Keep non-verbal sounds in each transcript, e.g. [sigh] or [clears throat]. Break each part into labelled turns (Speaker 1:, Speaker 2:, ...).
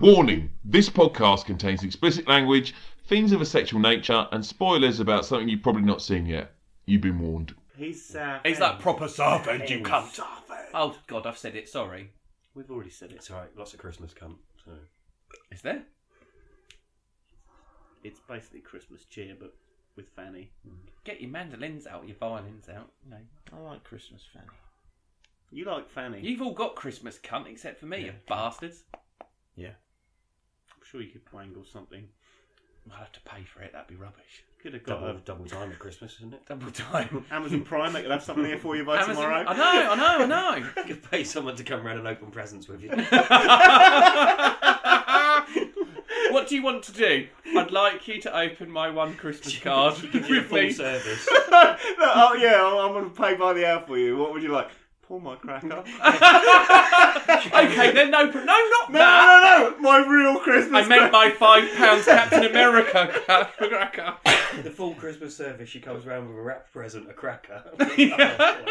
Speaker 1: Warning this podcast contains explicit language, themes of a sexual nature, and spoilers about something you've probably not seen yet. You've been warned.
Speaker 2: He's surfing.
Speaker 3: He's like proper surfing, you cunt.
Speaker 2: Surfing.
Speaker 3: Oh god, I've said it. Sorry.
Speaker 2: We've already said it. It's alright. Lots of Christmas cunt. So
Speaker 3: Is there?
Speaker 2: it's basically Christmas cheer, but with Fanny.
Speaker 3: Get your mandolins out, your violins out. You know, I like Christmas, Fanny.
Speaker 2: You like Fanny?
Speaker 3: You've all got Christmas, cunt, except for me, you
Speaker 2: Yeah.
Speaker 3: bastards.
Speaker 2: I'm sure you could wangle something.
Speaker 3: I'll have to pay for it. That'd be rubbish.
Speaker 2: Could have got
Speaker 4: Double, double time at Christmas, isn't it?
Speaker 3: Double
Speaker 2: [laughs]
Speaker 3: time.
Speaker 2: a Amazon Prime. They could have something here for you by
Speaker 3: Amazon-
Speaker 2: tomorrow.
Speaker 3: I know, I know, I know.
Speaker 4: You could [laughs] pay someone to come round and open presents [laughs] with you.
Speaker 3: what do you want to do? I'd like you to open my one Christmas card
Speaker 4: Give you a
Speaker 3: with
Speaker 4: full
Speaker 3: me.
Speaker 4: service.
Speaker 2: [laughs] No, oh yeah, I'm I'm gonna pay by the hour for you. What would you like? Pull my cracker. no,
Speaker 3: [laughs] [laughs] okay, then no, no, not that.
Speaker 2: [laughs] no, no, no, my real Christmas.
Speaker 3: I meant
Speaker 2: cracker.
Speaker 3: my five pounds Captain America [laughs] ca- cracker.
Speaker 2: [laughs]
Speaker 4: the full Christmas service, she comes round with a wrapped present, a cracker.
Speaker 3: Put your hat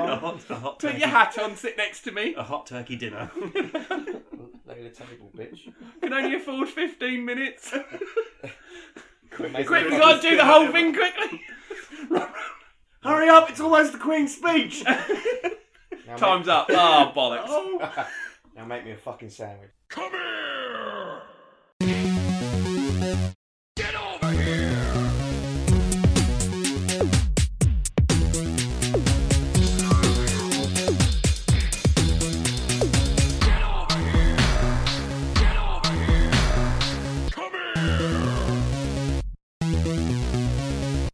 Speaker 3: on.
Speaker 4: A hot, a hot
Speaker 3: Put
Speaker 4: turkey-
Speaker 3: your hat on, sit next to me.
Speaker 4: A hot turkey dinner.
Speaker 5: Lay the table, bitch.
Speaker 3: Can only afford 15 minutes.
Speaker 5: Make
Speaker 3: Quick, we
Speaker 5: it-
Speaker 3: gotta do the whole thing quickly.
Speaker 2: [laughs] Hurry up! It's almost the Queen's speech.
Speaker 4: [laughs]
Speaker 5: now
Speaker 3: Time's up. Ah, bollocks.
Speaker 2: oh.
Speaker 5: Make, now make me a fucking sandwich.
Speaker 1: Come here!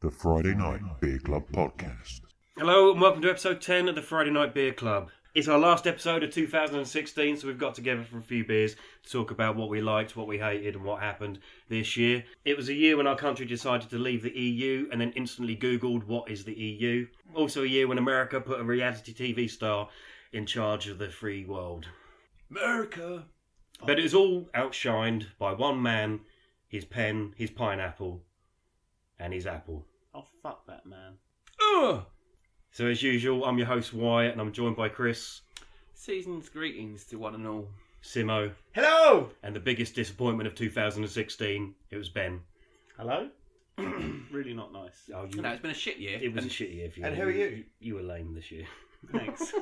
Speaker 6: The Friday Night Beer Club Podcast.
Speaker 4: Hello and welcome to episode 10 of the Friday Night Beer Club. It's our last episode of 2016, so we've got together for a few beers to talk about what we liked, what we hated, and what happened this year. It was a year when our country decided to leave the EU and then instantly Googled what is the EU. Also, a year when America put a reality TV star in charge of the free world.
Speaker 3: America.
Speaker 4: But it was all outshined by one man, his pen, his pineapple, and his apple.
Speaker 2: oh fuck that man.
Speaker 3: Ugh.
Speaker 4: So, as usual, I'm your host Wyatt, and I'm joined by Chris,
Speaker 3: Season's greetings to one and all.
Speaker 4: Simo,
Speaker 5: Hello!
Speaker 4: and the biggest disappointment of 2016, it was Ben.
Speaker 2: Hello. really not nice.
Speaker 4: Oh, you,
Speaker 3: No, it's been a shit year.
Speaker 4: it
Speaker 3: [laughs]
Speaker 4: was
Speaker 3: and-
Speaker 4: a shitty year for you.
Speaker 5: and who are you?
Speaker 4: You were lame this year.
Speaker 2: Thanks.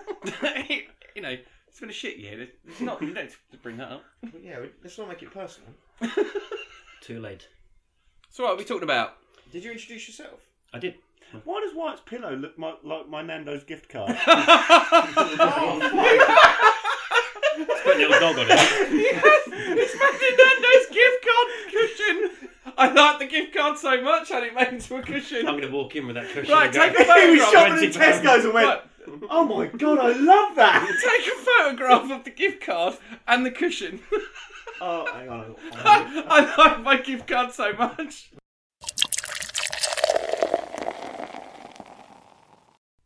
Speaker 3: you know, it's been a shit year. There's- There's not, you don't have to bring that up.
Speaker 5: Well, yeah, we- let's not make it personal.
Speaker 4: [laughs] Too late.
Speaker 3: So, what are we talking about?
Speaker 5: Did you introduce yourself?
Speaker 4: I did.
Speaker 2: Why does White's pillow look my, like my Nando's gift card?
Speaker 4: [laughs] Put a little dog on
Speaker 3: [laughs]
Speaker 4: it.
Speaker 3: yes, it's Mandy Nando's gift card cushion. I like the gift card so much, I had it made into a
Speaker 4: I'm
Speaker 3: cushion.
Speaker 4: going to walk in with that cushion.
Speaker 3: Right,
Speaker 4: and go,
Speaker 3: take a
Speaker 4: [laughs]
Speaker 3: photo.
Speaker 2: [laughs] he was shopping in
Speaker 4: 20 pounds.
Speaker 2: Tesco's and went,
Speaker 3: Right,
Speaker 2: "Oh my god, I love [laughs]
Speaker 4: [laughs]
Speaker 2: that!"
Speaker 3: take a photograph of the gift card and the cushion. [laughs]
Speaker 2: Oh, hang on. [laughs] hang on.
Speaker 3: I like my gift card so much.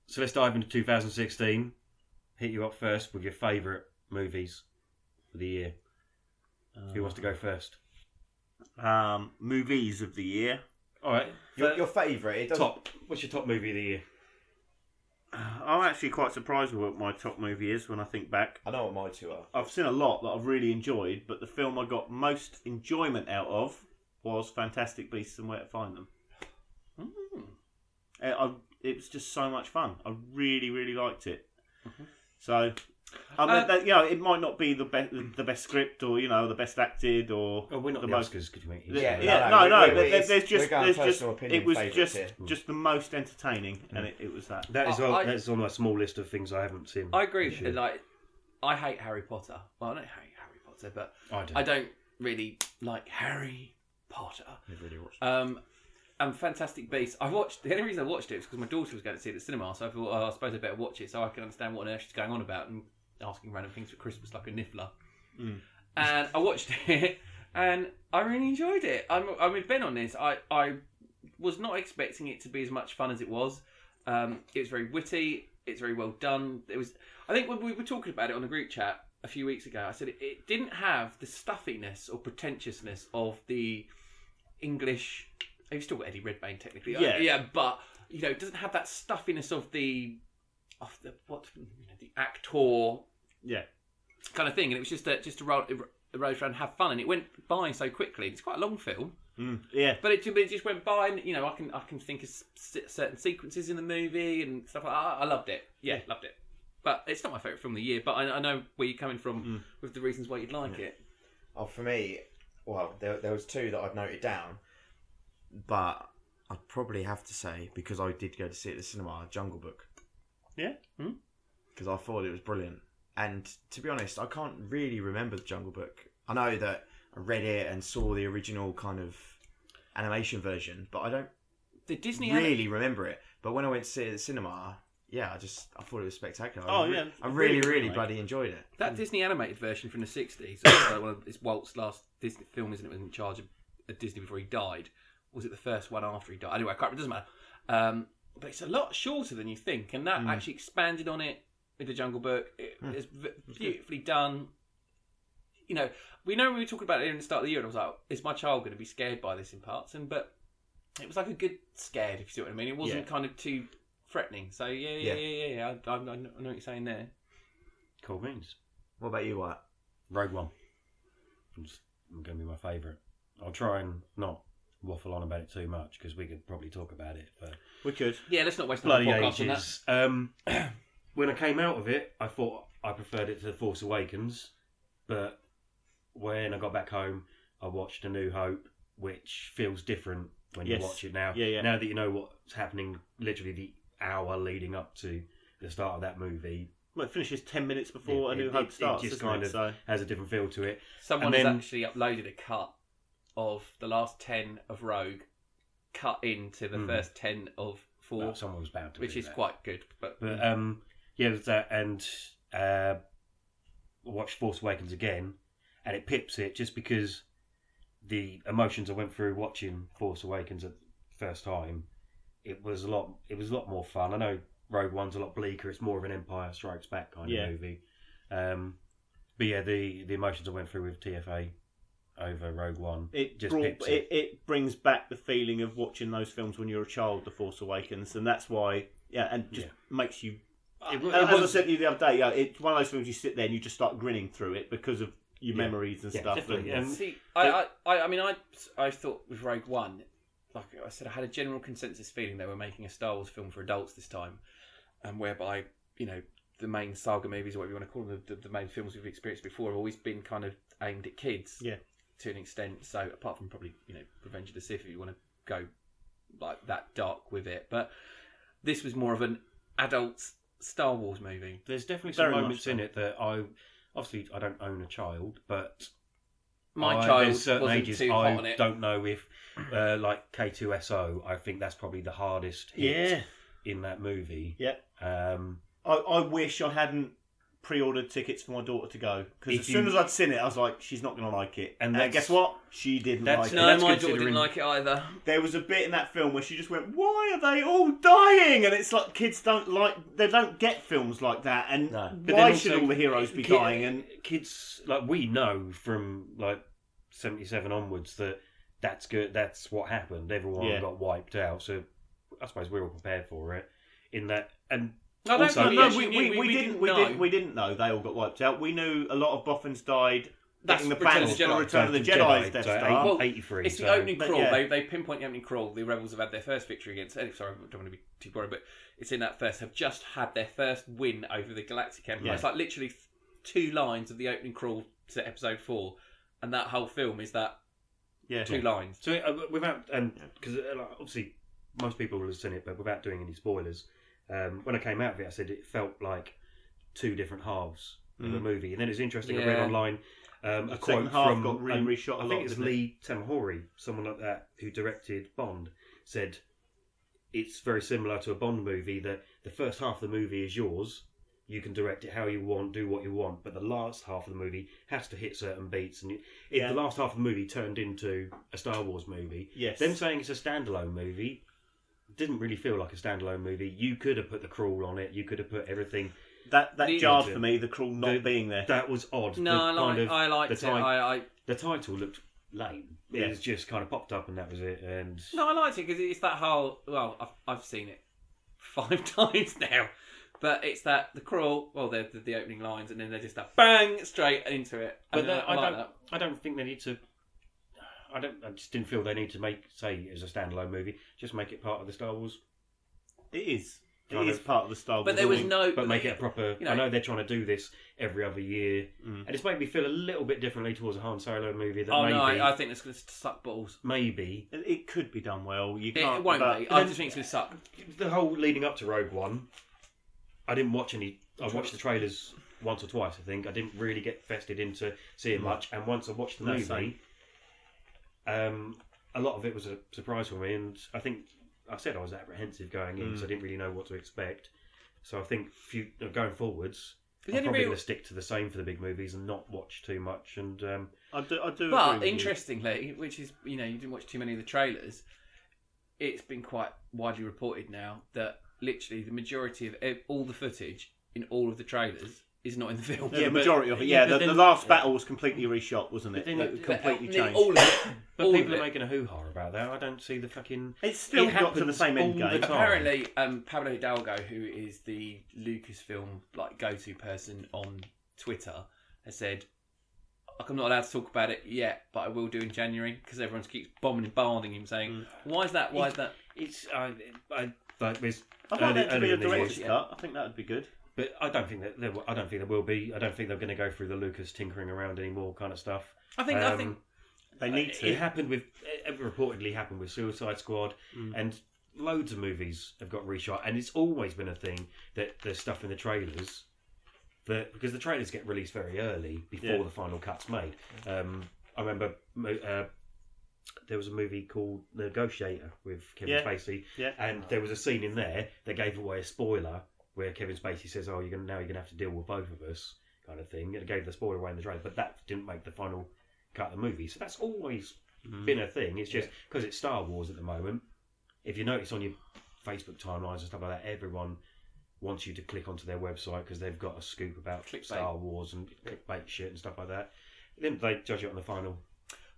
Speaker 4: So let's dive into 2016. Hit you up first with your favourite movies for the year. Who wants to go first?
Speaker 2: Um, movies of the year.
Speaker 4: All right.
Speaker 5: Your,
Speaker 4: Fir-
Speaker 5: your favourite? It doesn't.
Speaker 4: top. What's your top movie of the year?
Speaker 2: I'm actually quite surprised with what my top movie is when I think back.
Speaker 5: I know what my two are.
Speaker 2: I've seen a lot that I've really enjoyed, but the film I got most enjoyment out of was Fantastic Beasts and Where to Find Them.
Speaker 5: Hmm.
Speaker 2: It, I, it was just so much fun. I really, really liked it.
Speaker 5: Mm-hmm.
Speaker 2: So, I mean,
Speaker 3: Uh,
Speaker 2: that, you know, it might not be the, be- the best script or you know the best acted or
Speaker 4: Oh, we're not the,
Speaker 2: the
Speaker 4: the
Speaker 2: most
Speaker 4: Oscars, could you make it
Speaker 2: Yeah,
Speaker 4: easier?
Speaker 2: yeah,
Speaker 5: no,
Speaker 2: no, no.
Speaker 5: we- we-
Speaker 2: but there-
Speaker 5: it's-
Speaker 2: there's
Speaker 5: we're
Speaker 2: just,
Speaker 5: going
Speaker 2: there's just,
Speaker 5: personal opinion
Speaker 2: it was
Speaker 5: favourites
Speaker 2: just,
Speaker 5: here.
Speaker 4: Hmm.
Speaker 2: just the most entertaining, and it, it was that.
Speaker 4: That is
Speaker 3: I-
Speaker 4: on,
Speaker 3: I-
Speaker 4: that is on my small list of things I haven't seen.
Speaker 3: I agree with
Speaker 4: this
Speaker 3: you.
Speaker 4: year.
Speaker 3: Like, I hate Harry Potter. Well, I don't hate Harry Potter, but
Speaker 4: I don't.
Speaker 3: I don't really like Harry Potter.
Speaker 4: Never really watched.
Speaker 3: Um, and Fantastic Beasts. I watched. The only reason I watched it was because my daughter was going to see it at the cinema, so I thought, oh, I suppose I better watch it so I can understand what on earth she's going on about and asking random things for Christmas like a niffler. And I watched [laughs] it, and I really enjoyed it. I'm, I'm with Ben on this. I, I was not expecting it to be as much fun as it was. Um, it was very witty. It's very well done. It was. I think when we were talking about it on the group chat a few weeks ago, I said it, it didn't have the stuffiness or pretentiousness of the English. oh, You've still got Eddie Redmayne technically.
Speaker 2: Yeah.
Speaker 3: yeah, but you know, it doesn't have that stuffiness of the of the what you know, the actor
Speaker 2: Yeah.
Speaker 3: kind of thing. And it was just a just a roll. the road show and have fun. And it went by so quickly. It's quite a long film,
Speaker 5: Hmm.
Speaker 2: Mm, yeah.
Speaker 3: but it, ju- but it just went by. And you know, I can I can think of s- s- certain sequences in the movie and stuff like that. I loved it. Yeah, loved it. But it's not my favourite film of the year. But I, I know where you're coming from with the reasons why you'd like it.
Speaker 5: Oh, for me, well, there, there was two that I've noted down, but I'd probably have to say because I did go to see it at the cinema, Jungle Book,
Speaker 4: Yeah. Mm.
Speaker 5: because I thought it was brilliant. And to be honest, I can't really remember the Jungle Book. I know that I read it and saw the original kind of animation version, but I don't
Speaker 3: The Disney had
Speaker 5: really remember it. But when I went to see it at the cinema, yeah, I just I thought it was spectacular.
Speaker 4: Oh,
Speaker 5: I re-
Speaker 4: yeah,
Speaker 5: I
Speaker 4: really
Speaker 5: really,
Speaker 4: good,
Speaker 5: really,
Speaker 4: mate.
Speaker 5: bloody enjoyed it.
Speaker 4: Hmm.
Speaker 3: That Disney animated version from the sixties, [coughs] uh, one of- it's Walt's last Disney film, isn't it? Was in charge of of Disney before he died. Was it the first one after he died? Anyway, I can't remember. Doesn't matter. Um, but it's a lot shorter than you think, and that
Speaker 4: Hmm.
Speaker 3: actually expanded on it with the Jungle Book. It, It's v- beautifully done. You know, we know we were talking about it in the start of the year, and I was like, "Is my child going to be scared by this in parts?" And but it was like a good scared, if you see what I mean. It wasn't
Speaker 4: Yeah.
Speaker 3: kind of too threatening. So yeah, yeah,
Speaker 5: Yeah.
Speaker 3: yeah, yeah. yeah. I, I, I know what you're saying there.
Speaker 4: Cool beans.
Speaker 5: What about you, Wyatt?
Speaker 4: Rogue One. It's going to be my favourite. I'll try and not waffle on about it too much because we could probably talk about it for
Speaker 2: We could.
Speaker 3: Yeah, let's not waste another
Speaker 4: bloody
Speaker 3: podcast on that.
Speaker 4: ages. Um, [clears throat] when I came out of it, I thought I preferred it to The Force Awakens, but when I got back home, I watched A New Hope, which feels different when
Speaker 2: Yes.
Speaker 4: you watch it now.
Speaker 2: Yeah, yeah.
Speaker 4: Now that you know what's happening, literally the hour leading up to the start of that movie
Speaker 2: Well, it finishes ten minutes before
Speaker 4: It-
Speaker 2: A New
Speaker 4: it-
Speaker 2: Hope
Speaker 4: it- it
Speaker 2: starts.
Speaker 4: just
Speaker 2: doesn't
Speaker 4: kind
Speaker 2: it?
Speaker 4: of-
Speaker 2: So,
Speaker 4: has a different feel to it.
Speaker 3: Someone
Speaker 4: And then-
Speaker 3: has actually uploaded a cut of the last 10 of Rogue cut into the
Speaker 4: Hmm.
Speaker 3: first 10 of 4,
Speaker 4: Well, someone was bound to,
Speaker 3: which
Speaker 4: do
Speaker 3: is
Speaker 4: that.
Speaker 3: quite good.
Speaker 2: Mm.
Speaker 3: But
Speaker 4: But um, yeah, it was that, and uh, watched Force Awakens again, and it pips it just because the emotions I went through watching Force Awakens at the first time, it was a lot. It was a lot more fun. I know Rogue One's a lot bleaker. It's more of an Empire Strikes Back kind
Speaker 2: Yeah.
Speaker 4: of movie. Um, but yeah, the the emotions I went through with TFA over Rogue One,
Speaker 2: it
Speaker 4: just
Speaker 2: brought,
Speaker 4: pips
Speaker 2: it. It, brings back the feeling of watching those films when you're a child, The Force Awakens, and that's why yeah, and just
Speaker 4: Yeah.
Speaker 2: makes you.
Speaker 4: It
Speaker 2: It,
Speaker 4: wa- it
Speaker 2: as I
Speaker 4: was-
Speaker 2: said to you the other day, yeah, it's one of those films you sit there and you just start grinning through it because of your
Speaker 4: Yeah.
Speaker 2: memories and
Speaker 4: Yeah,
Speaker 2: stuff.
Speaker 4: definitely,
Speaker 2: and-
Speaker 4: um,
Speaker 3: See, I, I, I mean, I, I thought with Rogue One, like I said, I had a general consensus feeling they were making a Star Wars film for adults this time, and whereby you know the main saga movies or whatever you want to call them, the, the main films we've experienced before have always been kind of aimed at kids,
Speaker 2: Yeah.
Speaker 3: to an extent. So apart from probably you know Revenge of the Sith, if you want to go like that dark with it, but this was more of an adult Star Wars movie.
Speaker 4: there's definitely some
Speaker 2: Very much
Speaker 4: moments
Speaker 2: so.
Speaker 4: in it that I obviously I don't own a child, but
Speaker 3: My
Speaker 4: I-
Speaker 3: child
Speaker 4: there's certain
Speaker 3: wasn't
Speaker 4: ages
Speaker 3: too hot
Speaker 4: I
Speaker 3: on it.
Speaker 4: don't know if, uh, like K2SO, I think that's probably the hardest hit
Speaker 2: yeah,
Speaker 4: in that movie.
Speaker 2: yeah.
Speaker 4: Um,
Speaker 2: I, I wish I hadn't pre-ordered tickets for my daughter to go because
Speaker 4: If
Speaker 2: as
Speaker 4: you-
Speaker 2: soon as I'd seen it, I was like, she's not going to like it.
Speaker 4: And
Speaker 2: And,
Speaker 4: that's-
Speaker 2: guess what? She didn't like
Speaker 4: that's
Speaker 3: no,
Speaker 2: it.
Speaker 4: that's
Speaker 3: my daughter
Speaker 4: considering-
Speaker 3: didn't like it either.
Speaker 2: There was a bit in that film where she just went, "Why are they all dying?" And it's like kids don't like they don't get films like that. And
Speaker 5: No.
Speaker 4: But
Speaker 2: why
Speaker 4: then
Speaker 2: should
Speaker 4: also-
Speaker 2: all the heroes be
Speaker 4: Kid-
Speaker 2: dying? And
Speaker 4: kids like we know from like '77 onwards that that's good. That's what happened. Everyone
Speaker 2: Yeah.
Speaker 4: got wiped out. So I suppose we were all prepared for it. In that, and
Speaker 3: I don't
Speaker 4: Also-
Speaker 2: no,
Speaker 3: think
Speaker 2: no,
Speaker 3: actually
Speaker 2: we,
Speaker 3: knew-
Speaker 2: we, we didn't we
Speaker 3: know.
Speaker 2: didn't we didn't know they all got wiped out. We knew a lot of boffins died.
Speaker 3: That's
Speaker 2: getting the
Speaker 3: Return of
Speaker 2: bans
Speaker 3: the Jedi.
Speaker 2: for Return of the
Speaker 4: Jedi,
Speaker 2: Jedi's Death
Speaker 4: so
Speaker 2: Star.
Speaker 4: eight-
Speaker 3: Well,
Speaker 4: 83.
Speaker 3: It's the
Speaker 4: so-
Speaker 3: opening
Speaker 2: But
Speaker 3: crawl.
Speaker 2: yeah.
Speaker 3: They, they pinpoint the opening crawl. The rebels have had their first victory against. eh, Sorry, I don't want to be too boring, but it's in that first. Have just had their first win over the Galactic Empire.
Speaker 2: Yeah.
Speaker 3: It's like literally th- two lines of the opening crawl to episode four, and that whole film is that
Speaker 2: yeah,
Speaker 3: two lines.
Speaker 4: So uh, without and because uh, like, obviously most people will have seen it, but without doing any spoilers, um, when I came out of it, I said it felt like two different halves of a movie. And then it's interesting. I read
Speaker 3: Yeah.
Speaker 4: online um,
Speaker 2: Mm. The second
Speaker 4: a quote
Speaker 2: half
Speaker 4: from
Speaker 2: got re-
Speaker 4: um,
Speaker 2: reshot a
Speaker 4: I
Speaker 2: lot,
Speaker 4: think it's
Speaker 2: didn't it?
Speaker 4: Lee Tamahori, someone like that who directed Bond, said it's very similar to a Bond movie that the first half of the movie is yours. You can direct it how you want, do what you want, but the last half of the movie has to hit certain beats. And you, if
Speaker 2: Yeah.
Speaker 4: the last half of the movie turned into a Star Wars movie,
Speaker 2: Yes.
Speaker 4: them saying it's a standalone movie didn't really feel like a standalone movie. You could have put the crawl on it. You could have put everything.
Speaker 2: that that
Speaker 3: The-
Speaker 2: jarred for me. The crawl not
Speaker 4: The-
Speaker 2: being there.
Speaker 4: That was odd.
Speaker 3: No,
Speaker 4: The
Speaker 3: I like.
Speaker 4: kind of-
Speaker 3: I liked
Speaker 4: the
Speaker 3: it.
Speaker 4: ti-
Speaker 3: I, I
Speaker 4: the title looked lame.
Speaker 2: Yeah.
Speaker 4: It was just kind of popped up and that was it. And
Speaker 3: no, I liked it because it's that whole. Well, I've I've seen it five [laughs] times now. But it's that the crawl, well, the, the, the opening lines, and then they just that bang straight into it.
Speaker 4: But
Speaker 3: And then
Speaker 4: that, I
Speaker 3: like
Speaker 4: don't.
Speaker 3: that.
Speaker 4: I don't think they need to. I don't. I just didn't feel they need to make say as a standalone movie. Just make it part of the Star Wars,
Speaker 2: It is. It
Speaker 4: Kind
Speaker 2: is
Speaker 4: of.
Speaker 2: part of the Star Wars.
Speaker 3: But there was
Speaker 2: thing.
Speaker 3: no. [laughs]
Speaker 4: but make it a proper.
Speaker 3: you know-
Speaker 4: I know they're trying to do this every other year,
Speaker 2: Mm.
Speaker 4: and it's made me feel a little bit differently towards a Han Solo movie. That
Speaker 3: Oh
Speaker 4: maybe,
Speaker 3: no, I, I think it's going to suck balls.
Speaker 4: maybe
Speaker 2: It it could be done well. You
Speaker 3: It,
Speaker 2: can't.
Speaker 3: it won't
Speaker 2: but-
Speaker 3: be. I just think it's going to
Speaker 4: [laughs]
Speaker 3: suck.
Speaker 4: the whole leading up to Rogue One. I didn't watch any. I watched the trailers once or twice. I think I didn't really get vested into seeing much. And once I watched the
Speaker 2: No,
Speaker 4: movie,
Speaker 2: same.
Speaker 4: um, a lot of it was a surprise for me. And I think I said I was apprehensive going in, so I didn't really know what to expect. So I think few, going forwards,
Speaker 3: The
Speaker 4: I'm
Speaker 3: only
Speaker 4: probably
Speaker 3: real-
Speaker 4: going to stick to the same for the big movies and not watch too much. And um,
Speaker 2: I do. I do agree
Speaker 3: But
Speaker 2: with you.
Speaker 3: interestingly, which is you know you didn't watch too many of the trailers, it's been quite widely reported now that literally the majority of ev- all the footage in all of the trailers is not in the [laughs] film.
Speaker 2: Yeah,
Speaker 4: Yeah,
Speaker 2: the
Speaker 4: but-
Speaker 2: majority of it. Yeah,
Speaker 4: yeah, but
Speaker 2: the, the
Speaker 4: then-
Speaker 2: last battle was completely reshot, wasn't it?
Speaker 4: But then
Speaker 2: That
Speaker 4: it-
Speaker 2: completely
Speaker 3: Nearly
Speaker 2: changed.
Speaker 3: uh, All of [coughs] it.
Speaker 4: but
Speaker 3: All of
Speaker 4: people are
Speaker 3: it.
Speaker 4: making a hoo ha about that. I don't see the fucking.
Speaker 2: It's still
Speaker 4: It
Speaker 2: got to the
Speaker 4: happens
Speaker 2: same end
Speaker 4: all the
Speaker 2: game.
Speaker 4: time.
Speaker 3: Apparently, um, Pablo Hidalgo, who is the Lucasfilm like go-to person on Twitter, has said, "Look, "I'm not allowed to talk about it yet, but I will do in January because everyone keeps bombing and bombarding him, saying,
Speaker 4: Mm.
Speaker 3: why is that? Why is that?'
Speaker 4: It's I, I like there's
Speaker 2: I'd like
Speaker 4: early-
Speaker 2: that to
Speaker 4: early
Speaker 2: be a
Speaker 4: in the year.
Speaker 2: director's cut. I think that would be good.
Speaker 4: But I don't think that there, I don't think there will be. I don't think they're going to go through the Lucas tinkering around anymore kind of stuff.
Speaker 3: I think, I
Speaker 4: Um,
Speaker 3: think,
Speaker 2: They need
Speaker 4: It
Speaker 2: to.
Speaker 4: happened with it reportedly happened with Suicide Squad, and loads of movies have got reshot, and it's always been a thing that there's stuff in the trailers that because the trailers get released very early before
Speaker 2: Yeah.
Speaker 4: the final cut's made. Um, I remember mo- uh, there was a movie called Negotiator with Kevin
Speaker 2: Yeah.
Speaker 4: Spacey,
Speaker 2: Yeah.
Speaker 3: Oh.
Speaker 4: and there was a scene in there that gave away a spoiler where Kevin Spacey says, "Oh, you're gonna now you're gonna have to deal with both of us," kind of thing. It gave the spoiler away in the trailer, but that didn't make the final cut of the movie. So that's always
Speaker 3: Mm.
Speaker 4: been a thing. It's just because it's Star Wars at the moment. If you notice on your Facebook timelines and stuff like that, everyone wants you to click onto their website because they've got a scoop about
Speaker 3: Clickbait.
Speaker 4: Star Wars and clickbait shit and stuff like that. Then they judge it on the final.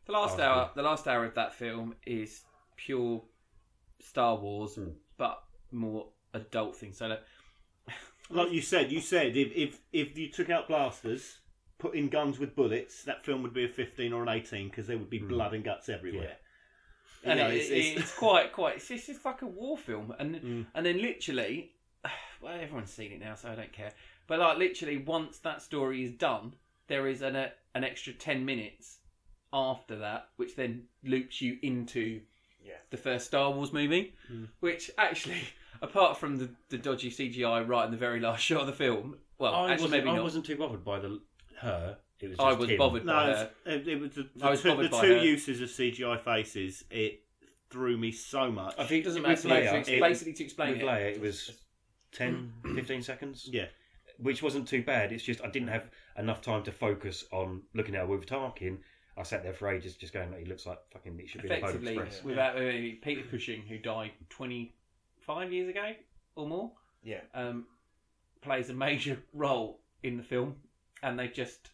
Speaker 3: the last
Speaker 4: Oh,
Speaker 3: hour, the last hour of that film is pure Star Wars, but more adult thing. So, like,
Speaker 2: Like you said, you said if, if if you took out blasters, put in guns with bullets, that film would be a 15 or an 18 because there would be blood and guts everywhere. You
Speaker 3: and
Speaker 2: know,
Speaker 3: it, it's, it's, quite, quite. It's just it's like a war film, and and then literally, [sighs] well, everyone's seen it now, so I don't care. But like literally, once that story is done, there is an a, an extra ten minutes after that, which then loops you into the first Star Wars movie, which actually, [laughs] apart from the, the dodgy CGI right in the very last [laughs] shot of the film, well,
Speaker 4: I,
Speaker 3: actually
Speaker 4: wasn't,
Speaker 3: maybe
Speaker 4: I
Speaker 3: not.
Speaker 4: wasn't too bothered by the her. It was
Speaker 3: I
Speaker 4: just
Speaker 3: was
Speaker 4: him.
Speaker 3: bothered
Speaker 2: no,
Speaker 3: by
Speaker 2: it's-
Speaker 3: her.
Speaker 2: it, it was the,
Speaker 3: I was
Speaker 2: the two,
Speaker 3: bothered
Speaker 2: the
Speaker 3: by
Speaker 2: two
Speaker 3: her.
Speaker 2: uses of CGI faces. It threw me so much.
Speaker 4: I think
Speaker 3: It doesn't
Speaker 4: with
Speaker 3: matter. like,
Speaker 4: Leia,
Speaker 3: to ex-
Speaker 4: it-
Speaker 3: basically, to
Speaker 4: with
Speaker 3: explain it.
Speaker 4: Leia, it was
Speaker 3: [clears throat]
Speaker 4: 10, 15 seconds.
Speaker 2: yeah,
Speaker 4: which wasn't too bad. It's just I didn't have enough time to focus on looking at her. We were talking. I sat there for ages, just going, "He looks like fucking it should be in a Polar
Speaker 3: effectively
Speaker 4: Express."
Speaker 3: without uh, Peter Cushing, who died 25 years ago or more,
Speaker 5: Yeah.
Speaker 3: um, plays a major role in the film, and they just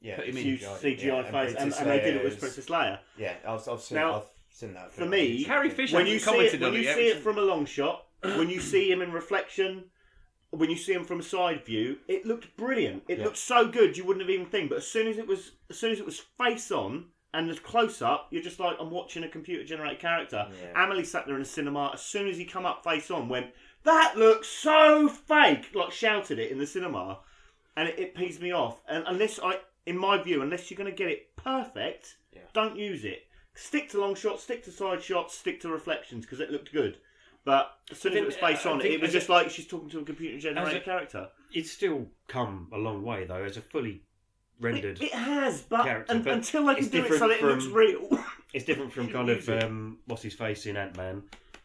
Speaker 5: Yeah,
Speaker 3: Put him
Speaker 5: it's
Speaker 3: in.
Speaker 2: huge CGI face, and,
Speaker 5: Princess
Speaker 2: and they did it
Speaker 5: Leia
Speaker 2: with
Speaker 5: is-
Speaker 2: Princess Leia.
Speaker 5: Yeah, I've, I've seen.
Speaker 2: Now,
Speaker 5: I've seen that.
Speaker 2: for me,
Speaker 3: Carrie Fisher
Speaker 2: when you
Speaker 3: hasn't
Speaker 2: see
Speaker 3: commented
Speaker 2: it, when
Speaker 3: on
Speaker 2: you
Speaker 3: it yet,
Speaker 2: see
Speaker 3: E which
Speaker 2: it
Speaker 3: is-
Speaker 2: from a long shot, when you see him in reflection, when you see him from a side view, it looked brilliant. It looked so good you wouldn't have even think. But as soon as it was, as soon as it was face on and the close up, you're just like, I'm watching a computer generated character.
Speaker 5: Yeah.
Speaker 2: Amelie sat there in the cinema. As soon as he come up face on, went that looks so fake. Like shouted it in the cinema, and it, it pees me off. And unless I, in my view, unless you're going to get it perfect,
Speaker 5: Yeah.
Speaker 2: don't use it stick to long shots, stick to side shots, stick to reflections because it looked good. But as soon as it was face
Speaker 4: I
Speaker 2: on,
Speaker 4: think
Speaker 2: it was
Speaker 4: as a-
Speaker 2: just like she's talking to a computer
Speaker 4: as a-
Speaker 2: generated character.
Speaker 4: It's still come a long way though, as a fully rendered.
Speaker 2: It, it has, but
Speaker 4: character,
Speaker 2: un-
Speaker 4: but
Speaker 2: until they can
Speaker 4: it's
Speaker 2: do it so that it
Speaker 4: different
Speaker 2: looks
Speaker 4: from-
Speaker 2: real,
Speaker 4: it's different
Speaker 3: [laughs]
Speaker 4: from kind of um, what's his face in Ant Man.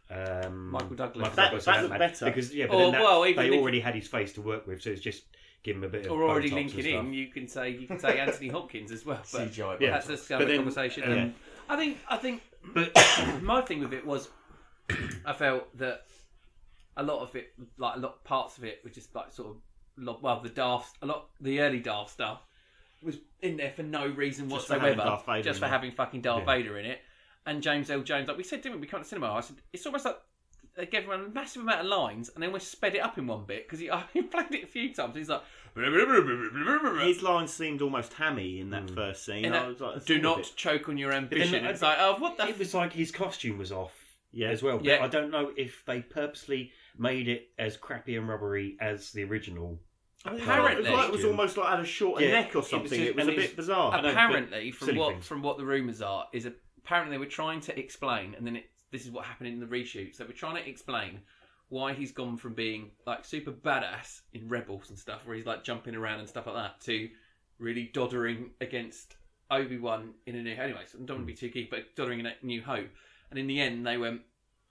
Speaker 4: Um,
Speaker 3: Michael Douglas.
Speaker 4: Michael
Speaker 2: That-
Speaker 4: Douglas in
Speaker 2: that's
Speaker 4: Ant-Man.
Speaker 2: better.
Speaker 4: because yeah, but
Speaker 3: Or,
Speaker 4: then that,
Speaker 3: well, even
Speaker 4: they
Speaker 3: if-
Speaker 4: already had his face to work with, so it's just give him a bit of.
Speaker 3: or already
Speaker 4: Botox
Speaker 3: link it
Speaker 4: and stuff.
Speaker 3: in. You can say you can say Anthony Hopkins as
Speaker 4: [laughs]
Speaker 3: well. But
Speaker 5: CGI
Speaker 4: Yeah.
Speaker 3: that's just kind of
Speaker 4: But
Speaker 3: a
Speaker 4: then,
Speaker 3: conversation.
Speaker 4: um,
Speaker 3: Um, I think I think [coughs] my thing with it was [clears throat] I felt that a lot of it, like a lot parts of it, were just like sort of lo- well the daft, a lot the early daft stuff was in there for no reason
Speaker 2: Just for
Speaker 3: whatsoever,
Speaker 2: having Darth Vader
Speaker 3: just
Speaker 2: in
Speaker 3: for
Speaker 2: there.
Speaker 3: having fucking Darth Vader in it. And James L. Jones, like we said, didn't we? We come to the cinema. I said it's almost like they gave him a massive amount of lines and they almost sped it up in one bit because he, [laughs] he played it a few times. He's like,
Speaker 2: [laughs] His lines seemed almost hammy in that
Speaker 4: Hmm.
Speaker 2: first scene.
Speaker 3: And
Speaker 2: I
Speaker 3: that-
Speaker 2: was like,
Speaker 3: do
Speaker 2: "That's all a
Speaker 3: not
Speaker 2: bit-"
Speaker 3: choke on your ambition.
Speaker 4: But then-
Speaker 3: it's like, oh, what the?
Speaker 4: It was like his costume was off
Speaker 2: Yeah.
Speaker 4: as well. But
Speaker 3: Yeah.
Speaker 4: I don't know if they purposely made it as crappy and rubbery as the original.
Speaker 2: It was, like, it was
Speaker 4: Yeah.
Speaker 2: almost like had a shorter
Speaker 4: Yeah.
Speaker 2: neck or
Speaker 4: was
Speaker 2: something.
Speaker 4: just-
Speaker 2: It was,
Speaker 4: and
Speaker 2: a
Speaker 4: it
Speaker 2: bit
Speaker 4: was-
Speaker 2: bizarre.
Speaker 4: I know, but
Speaker 3: apparently, from
Speaker 4: silly
Speaker 3: what
Speaker 4: things.
Speaker 3: from what the rumors are, is apparently they were trying to explain, and then it, this is what happened in the reshoots. They were trying to explain why he's gone from being like super badass in Rebels and stuff, where he's like jumping around and stuff like that, to really doddering against Obi Wan in a new. Anyways, I don't want to be too geeky, but doddering in a New Hope, and in the end they went,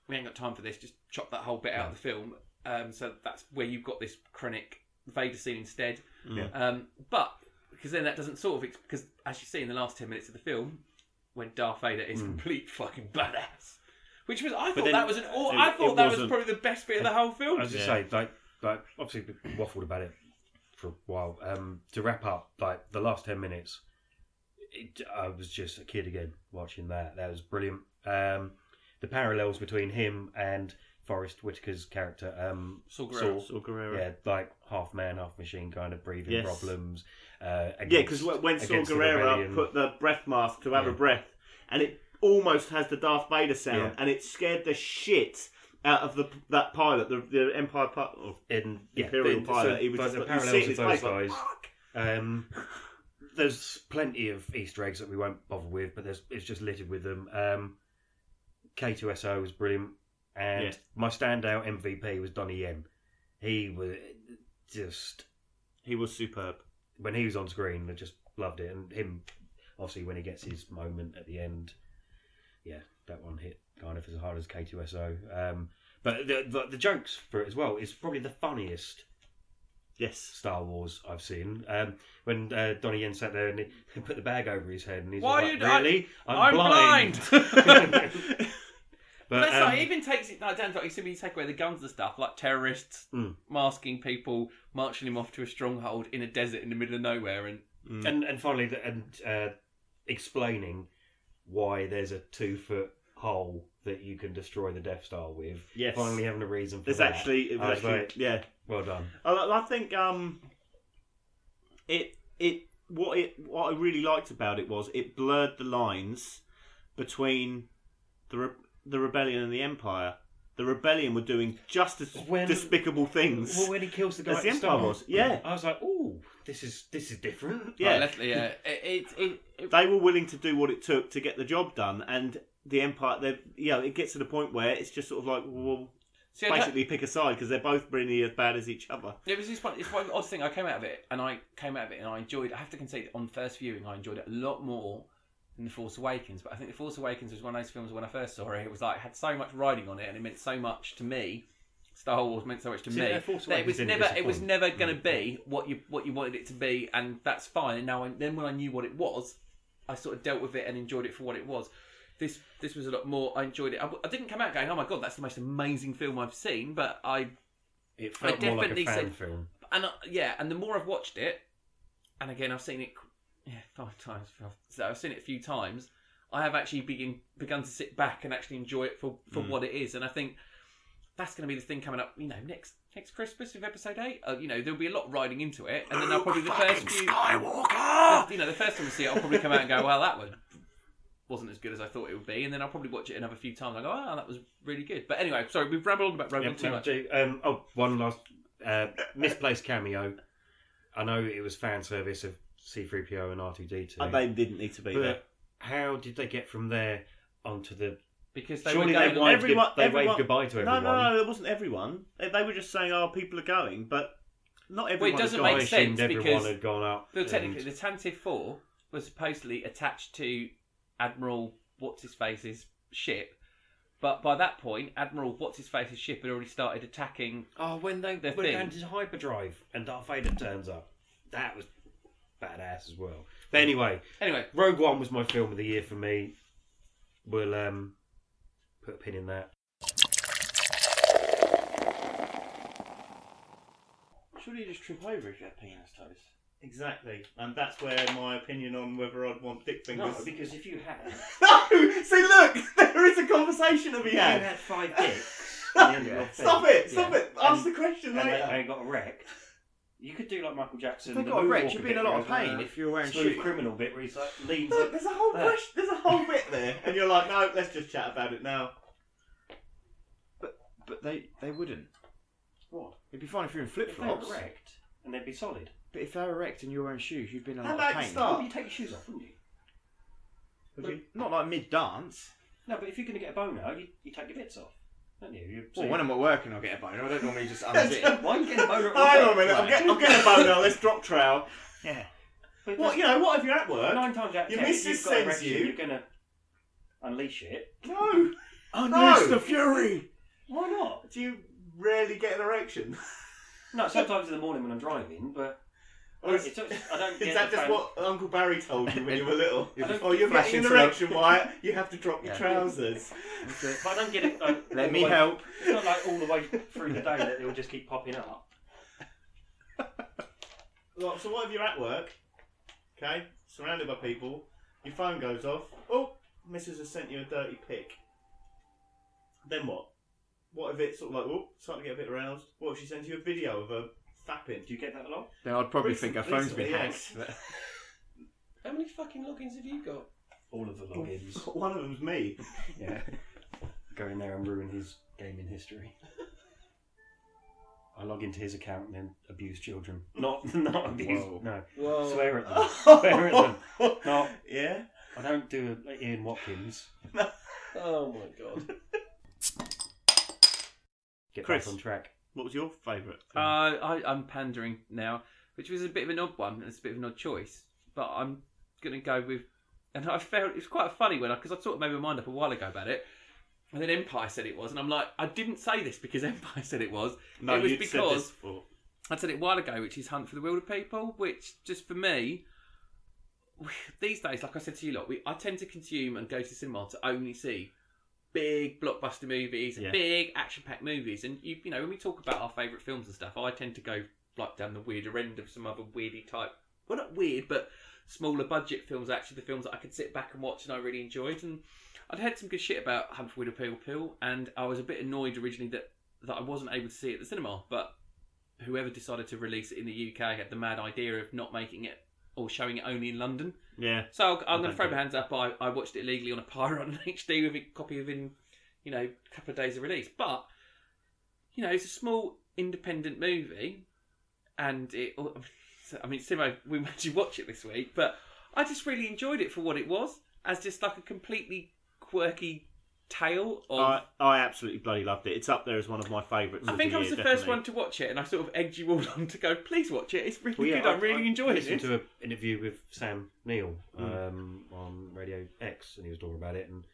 Speaker 3: "We ain't got time for this. Just chop that whole bit out of the film." Um, so that's where you've got this chronic Vader scene instead.
Speaker 5: Yeah.
Speaker 3: Um, but because then that doesn't sort of ex- because as you see in the last ten minutes of the film, when Darth Vader is complete fucking badass, which was I thought
Speaker 4: Hmm. then
Speaker 3: that was an aw-
Speaker 4: it-
Speaker 3: I
Speaker 4: it
Speaker 3: thought that was
Speaker 4: wasn't.
Speaker 3: probably the best bit of the whole film.
Speaker 4: As I say, like, like obviously we waffled about it for a while. Um, to wrap up, like the last ten minutes, it, I was just a kid again watching that. That was brilliant. Um, the parallels between him and Forrest Whitaker's character, um,
Speaker 3: Saw Guerrero.
Speaker 4: Saw, yeah, like half man, half machine, kind of breathing
Speaker 2: Yes.
Speaker 4: problems. Uh,
Speaker 2: Yeah,
Speaker 4: against-
Speaker 2: because when Saw
Speaker 4: against the
Speaker 2: Gerrera
Speaker 4: rebellion.
Speaker 2: put the breath mask to have a
Speaker 4: Yeah.
Speaker 2: breath, and it almost has the Darth Vader sound,
Speaker 4: Yeah.
Speaker 2: and it scared the shit out of the that pilot, the, the Empire pilot. Oh,
Speaker 4: in yeah,
Speaker 2: Imperial
Speaker 4: but-
Speaker 2: pilot,
Speaker 4: so-
Speaker 2: he was
Speaker 4: but
Speaker 2: just
Speaker 4: the
Speaker 2: like- you see
Speaker 4: parallels
Speaker 2: it
Speaker 4: of
Speaker 2: in his
Speaker 4: those
Speaker 2: face,
Speaker 4: guys. Um, there's plenty of Easter eggs that we won't bother with, but there's it's just littered with them. Um, K2SO was brilliant, and
Speaker 2: Yeah.
Speaker 4: my standout MVP was Donnie Yen. He was just
Speaker 2: he was superb.
Speaker 4: when he was on screen, I just loved it, and him obviously when he gets his moment at the end, yeah, that one hit kind of as hard as K2SO. Um, but the, the the jokes for it as well is probably the funniest
Speaker 2: Yes.
Speaker 4: Star Wars I've seen. Um, when uh, Donnie Yen sat there and he [laughs] put the bag over his head and he's
Speaker 3: Why
Speaker 4: like,
Speaker 3: you- I-
Speaker 4: really?
Speaker 3: I'm blind.
Speaker 4: [laughs]
Speaker 3: [laughs]
Speaker 4: but,
Speaker 3: That's
Speaker 4: um,
Speaker 3: like, it even takes it like, down to like, you see when you take away the guns and stuff, like terrorists
Speaker 4: Mm.
Speaker 3: masking people, marching him off to a stronghold in a desert in the middle of nowhere, and
Speaker 4: and, and finally, the, and uh, explaining why there's a two foot hole that you can destroy the Death Star with.
Speaker 2: Yes.
Speaker 4: Finally having a reason for
Speaker 2: There's
Speaker 4: that.
Speaker 2: actually, it
Speaker 4: I
Speaker 2: was
Speaker 4: was
Speaker 2: actually
Speaker 4: like-
Speaker 2: yeah.
Speaker 4: Well done.
Speaker 2: I, I think um, it it what it what I really liked about it was it blurred the lines between the re- the rebellion and the empire. The rebellion were doing just as
Speaker 4: When-
Speaker 2: despicable things.
Speaker 4: Well, when he kills the guy
Speaker 2: As
Speaker 4: at
Speaker 2: the
Speaker 4: the
Speaker 2: Empire
Speaker 4: start,
Speaker 2: was, yeah.
Speaker 4: I was like, "Ooh, this is this is different."
Speaker 2: Yeah.
Speaker 3: like, left- yeah, it, it, it, it-
Speaker 2: they were willing to do what it took to get the job done, and the empire. They you know, it gets to the point where it's just sort of like well,
Speaker 3: See, I don't-
Speaker 2: basically pick a side because they're both really as bad as each other.
Speaker 3: It was this one. It's one odd thing. I came out of it, and I came out of it, and I enjoyed. I have to concede, on first viewing, I enjoyed it a lot more than the Force Awakens. But I think the Force Awakens was one of those films when I first saw it. It was like it had so much riding on it, and it meant so much to me. Star Wars meant so much to
Speaker 4: See,
Speaker 3: me.
Speaker 4: yeah, Force
Speaker 3: that it was
Speaker 4: Awakens didn't
Speaker 3: never. It was
Speaker 4: disappoint. Mm.
Speaker 3: never going to be what you what you wanted it to be, and that's fine. And now, I, then when I knew what it was, I sort of dealt with it and enjoyed it for what it was. This this was a lot more. I enjoyed it. I, I didn't come out going, "Oh my god, that's the most amazing film I've seen," but I
Speaker 4: It felt more like a
Speaker 3: definitely
Speaker 4: fan
Speaker 3: said-
Speaker 4: film.
Speaker 3: and uh, yeah, and the more I've watched it, and again I've seen it, qu- yeah, five [laughs] times. five- So I've seen it a few times. I have actually begin begun to sit back and actually enjoy it for for
Speaker 4: Mm.
Speaker 3: what it is, and I think that's going to be the thing coming up. You know, next next Christmas with episode eight, uh, you know, there'll be a lot riding into it, and then I'll probably the first few,
Speaker 5: [laughs]
Speaker 3: you know, the first time I see it, I'll probably come out and go, well, that one wasn't as good as I thought it would be, and then I'll probably watch it another few times. and I go, oh, that was really good. But anyway, sorry, we've rambled on about
Speaker 4: Yeah,
Speaker 3: Rogue One too
Speaker 4: do-
Speaker 3: much.
Speaker 4: do- um, oh, one last uh, misplaced cameo. I know it was fan service of C3PO and R2D2.
Speaker 2: And they didn't need to be there.
Speaker 4: but how did they get from there onto the.
Speaker 3: Because they
Speaker 4: Surely
Speaker 3: were
Speaker 4: they,
Speaker 3: going
Speaker 4: waved,
Speaker 3: on-
Speaker 4: good-
Speaker 2: everyone-
Speaker 4: they
Speaker 2: everyone-
Speaker 4: waved goodbye to
Speaker 2: No,
Speaker 4: everyone.
Speaker 2: no, no, it wasn't everyone. They, they were just saying, "Oh, people are going," but not everyone.
Speaker 3: doesn't
Speaker 2: has
Speaker 4: I
Speaker 2: gone.
Speaker 3: make
Speaker 4: assumed
Speaker 3: sense
Speaker 4: everyone
Speaker 3: because
Speaker 4: had gone up.
Speaker 3: Well,
Speaker 4: and-
Speaker 3: technically, the Tantive Four was supposedly attached to Admiral What's His Face's ship, but by that point, Admiral What's His Face's ship had already started attacking.
Speaker 4: oh, when they
Speaker 3: the
Speaker 4: went
Speaker 3: thing.
Speaker 4: down to hyperdrive and Darth Vader turns up. That was badass as well. But anyway,
Speaker 3: Anyway,
Speaker 4: Rogue One was my film of the year for me. We'll um, put a pin in that.
Speaker 2: Should you just trip over if you had penis toes? [laughs] Exactly, and that's where my opinion on whether I'd want dick fingers. No,
Speaker 4: because [laughs] if you had.
Speaker 2: see, look, there is a conversation to be [laughs]
Speaker 4: Yeah, you
Speaker 2: had.
Speaker 3: [laughs]
Speaker 4: had five dicks. the end of your thing.
Speaker 2: Stop it! Stop
Speaker 4: Yeah.
Speaker 2: it! Ask
Speaker 4: And-
Speaker 2: the question
Speaker 4: And uh, they,
Speaker 2: later.
Speaker 4: they got a wreck. You could do like Michael Jackson.
Speaker 5: If they
Speaker 4: the
Speaker 5: got a wreck,
Speaker 4: moonwalk
Speaker 5: you'd be
Speaker 4: bit
Speaker 5: in a lot
Speaker 4: where
Speaker 5: of
Speaker 4: he goes,
Speaker 5: pain
Speaker 4: uh,
Speaker 5: if you were wearing
Speaker 4: smooth
Speaker 5: shoes.
Speaker 4: criminal bit where he's like leans.
Speaker 2: Look, there's a whole
Speaker 4: There.
Speaker 2: question. There's a whole bit there, and you're like, no, let's just chat about it now.
Speaker 5: But they they wouldn't.
Speaker 4: What?
Speaker 5: It'd be fine if you were in flip
Speaker 4: If they were
Speaker 5: flops.
Speaker 4: wrecked and they'd be solid.
Speaker 5: But if they were erect and you were wearing shoes, you'd been in a
Speaker 2: How
Speaker 5: lot of
Speaker 2: about
Speaker 5: pain.
Speaker 2: you start- Oh.
Speaker 4: you take your shoes off, wouldn't you?
Speaker 5: But Not like mid dance.
Speaker 4: No, but if you're going to get a boner, you, you take your bits off, don't you? you so
Speaker 5: Well,
Speaker 4: you-
Speaker 5: when I'm at work and I get a boner, I don't normally just
Speaker 4: [laughs]
Speaker 5: unzip.
Speaker 4: why are you getting a boner
Speaker 2: [laughs]
Speaker 4: at
Speaker 2: Hang on
Speaker 4: work?
Speaker 2: a minute, I'm
Speaker 4: Right.
Speaker 2: getting, [laughs] I'm getting a bone now. Let's drop trowel.
Speaker 5: yeah.
Speaker 4: But
Speaker 2: What you know? What if you're at work?
Speaker 4: Nine times out of
Speaker 2: Your
Speaker 4: ten, if
Speaker 2: missus
Speaker 4: you've got an
Speaker 2: sends
Speaker 4: erection,
Speaker 2: you.
Speaker 4: You're going to unleash it.
Speaker 2: No.
Speaker 5: Unleash
Speaker 2: No.
Speaker 5: the fury.
Speaker 4: Why not?
Speaker 2: Do you rarely get an erection?
Speaker 4: No, sometimes in the morning when I'm driving, but
Speaker 2: Or Oh, is,
Speaker 4: It's just- I
Speaker 2: [laughs]
Speaker 4: don't
Speaker 2: is
Speaker 4: get
Speaker 2: that
Speaker 4: the
Speaker 2: just
Speaker 4: fan- [laughs]
Speaker 2: what Uncle Barry told you when you were
Speaker 5: [laughs]
Speaker 2: little?
Speaker 5: I
Speaker 4: don't-
Speaker 2: oh, you're
Speaker 5: Flash
Speaker 2: getting an
Speaker 5: into the- [laughs]
Speaker 2: erection, Wyatt. You have to drop your
Speaker 5: Yeah.
Speaker 2: trousers.
Speaker 5: That's it.
Speaker 4: if I don't get
Speaker 2: [laughs]
Speaker 4: it. Like, all
Speaker 5: Let
Speaker 4: the
Speaker 5: me
Speaker 4: way-
Speaker 5: help.
Speaker 4: It's not like all the way through the day that it'll just keep popping up.
Speaker 2: Like, so what if you're at work? Okay, surrounded by people. Your phone goes off. Oh, Mrs. has sent you a dirty pic. Then what? What if it's sort of like, oh, starting to get a bit aroused? What if she sends you a video of her fapping?
Speaker 4: Do you get that a lot?
Speaker 5: Then I'd probably think her phone's been
Speaker 2: Recently,
Speaker 5: hacked.
Speaker 2: yes.
Speaker 7: How many fucking logins have you got? Oh,
Speaker 4: All of the logins.
Speaker 2: [laughs] One of them's me.
Speaker 4: yeah. Go in there and ruin his gaming history. I log into his account and then abuse children. Not, [laughs] not abuse.
Speaker 5: Whoa.
Speaker 4: No.
Speaker 3: Oh.
Speaker 7: Whoa.
Speaker 4: Swear at them. Swear at them. No,
Speaker 2: [laughs] Yeah.
Speaker 4: I don't do a Ian Watkins.
Speaker 7: Oh my
Speaker 4: [laughs]
Speaker 7: god.
Speaker 4: Get
Speaker 2: Chris.
Speaker 4: back on track.
Speaker 2: What was your favourite?
Speaker 3: Uh, I, I'm pandering now, which was a bit of an odd one, and it's a bit of an odd choice. But I'm going to go with, and I felt it was quite funny when I because I sort of made my mind up a while ago about it, and then Empire said it was, and I'm like, I didn't say this because [laughs] Empire said it was.
Speaker 2: no,
Speaker 3: it was
Speaker 2: you'd said this
Speaker 3: because
Speaker 2: before.
Speaker 3: I said it a while ago, which is Hunt for the Wilder People, which just for me. [sighs] These days, like I said to you lot, we, I tend to consume and go to cinema to only see big blockbuster movies and
Speaker 4: Yeah.
Speaker 3: big action-packed movies. And you, you know, when we talk about our favourite films and stuff, I tend to go like down the weirder end of some other weirdy type. Well, not weird, but smaller budget films. are Actually, the films that I could sit back and watch and I really enjoyed. And I'd heard some good shit about Hunt for the Wilder People, and I was a bit annoyed originally that that I wasn't able to see it at the cinema, but whoever decided to release it in the UK had the mad idea of not making it or showing it only in London.
Speaker 2: Yeah.
Speaker 3: So I'll, I'm going
Speaker 2: don't
Speaker 3: to throw
Speaker 2: do
Speaker 3: my hands up. I, I watched it illegally on a pirate on [laughs] HD with a copy of in, you know, a couple of days of release. But you know, it's a small independent movie, and it. oh, I mean, Simo, we [laughs] made you watch it this week, but I just really enjoyed it for what it was, as just like a completely quirky tale of.
Speaker 2: I, I absolutely bloody loved it. It's up there as one of my favourites.
Speaker 3: I
Speaker 2: of
Speaker 3: think I
Speaker 2: the
Speaker 3: was the
Speaker 2: year,
Speaker 3: first
Speaker 2: definitely.
Speaker 3: one to watch it, and I sort of egged you all [laughs] on to go, please watch it. It's really good. I'm really enjoying
Speaker 4: listened
Speaker 3: it.
Speaker 4: to an interview with Sam Neill um, on Radio X, and he was talking about it. And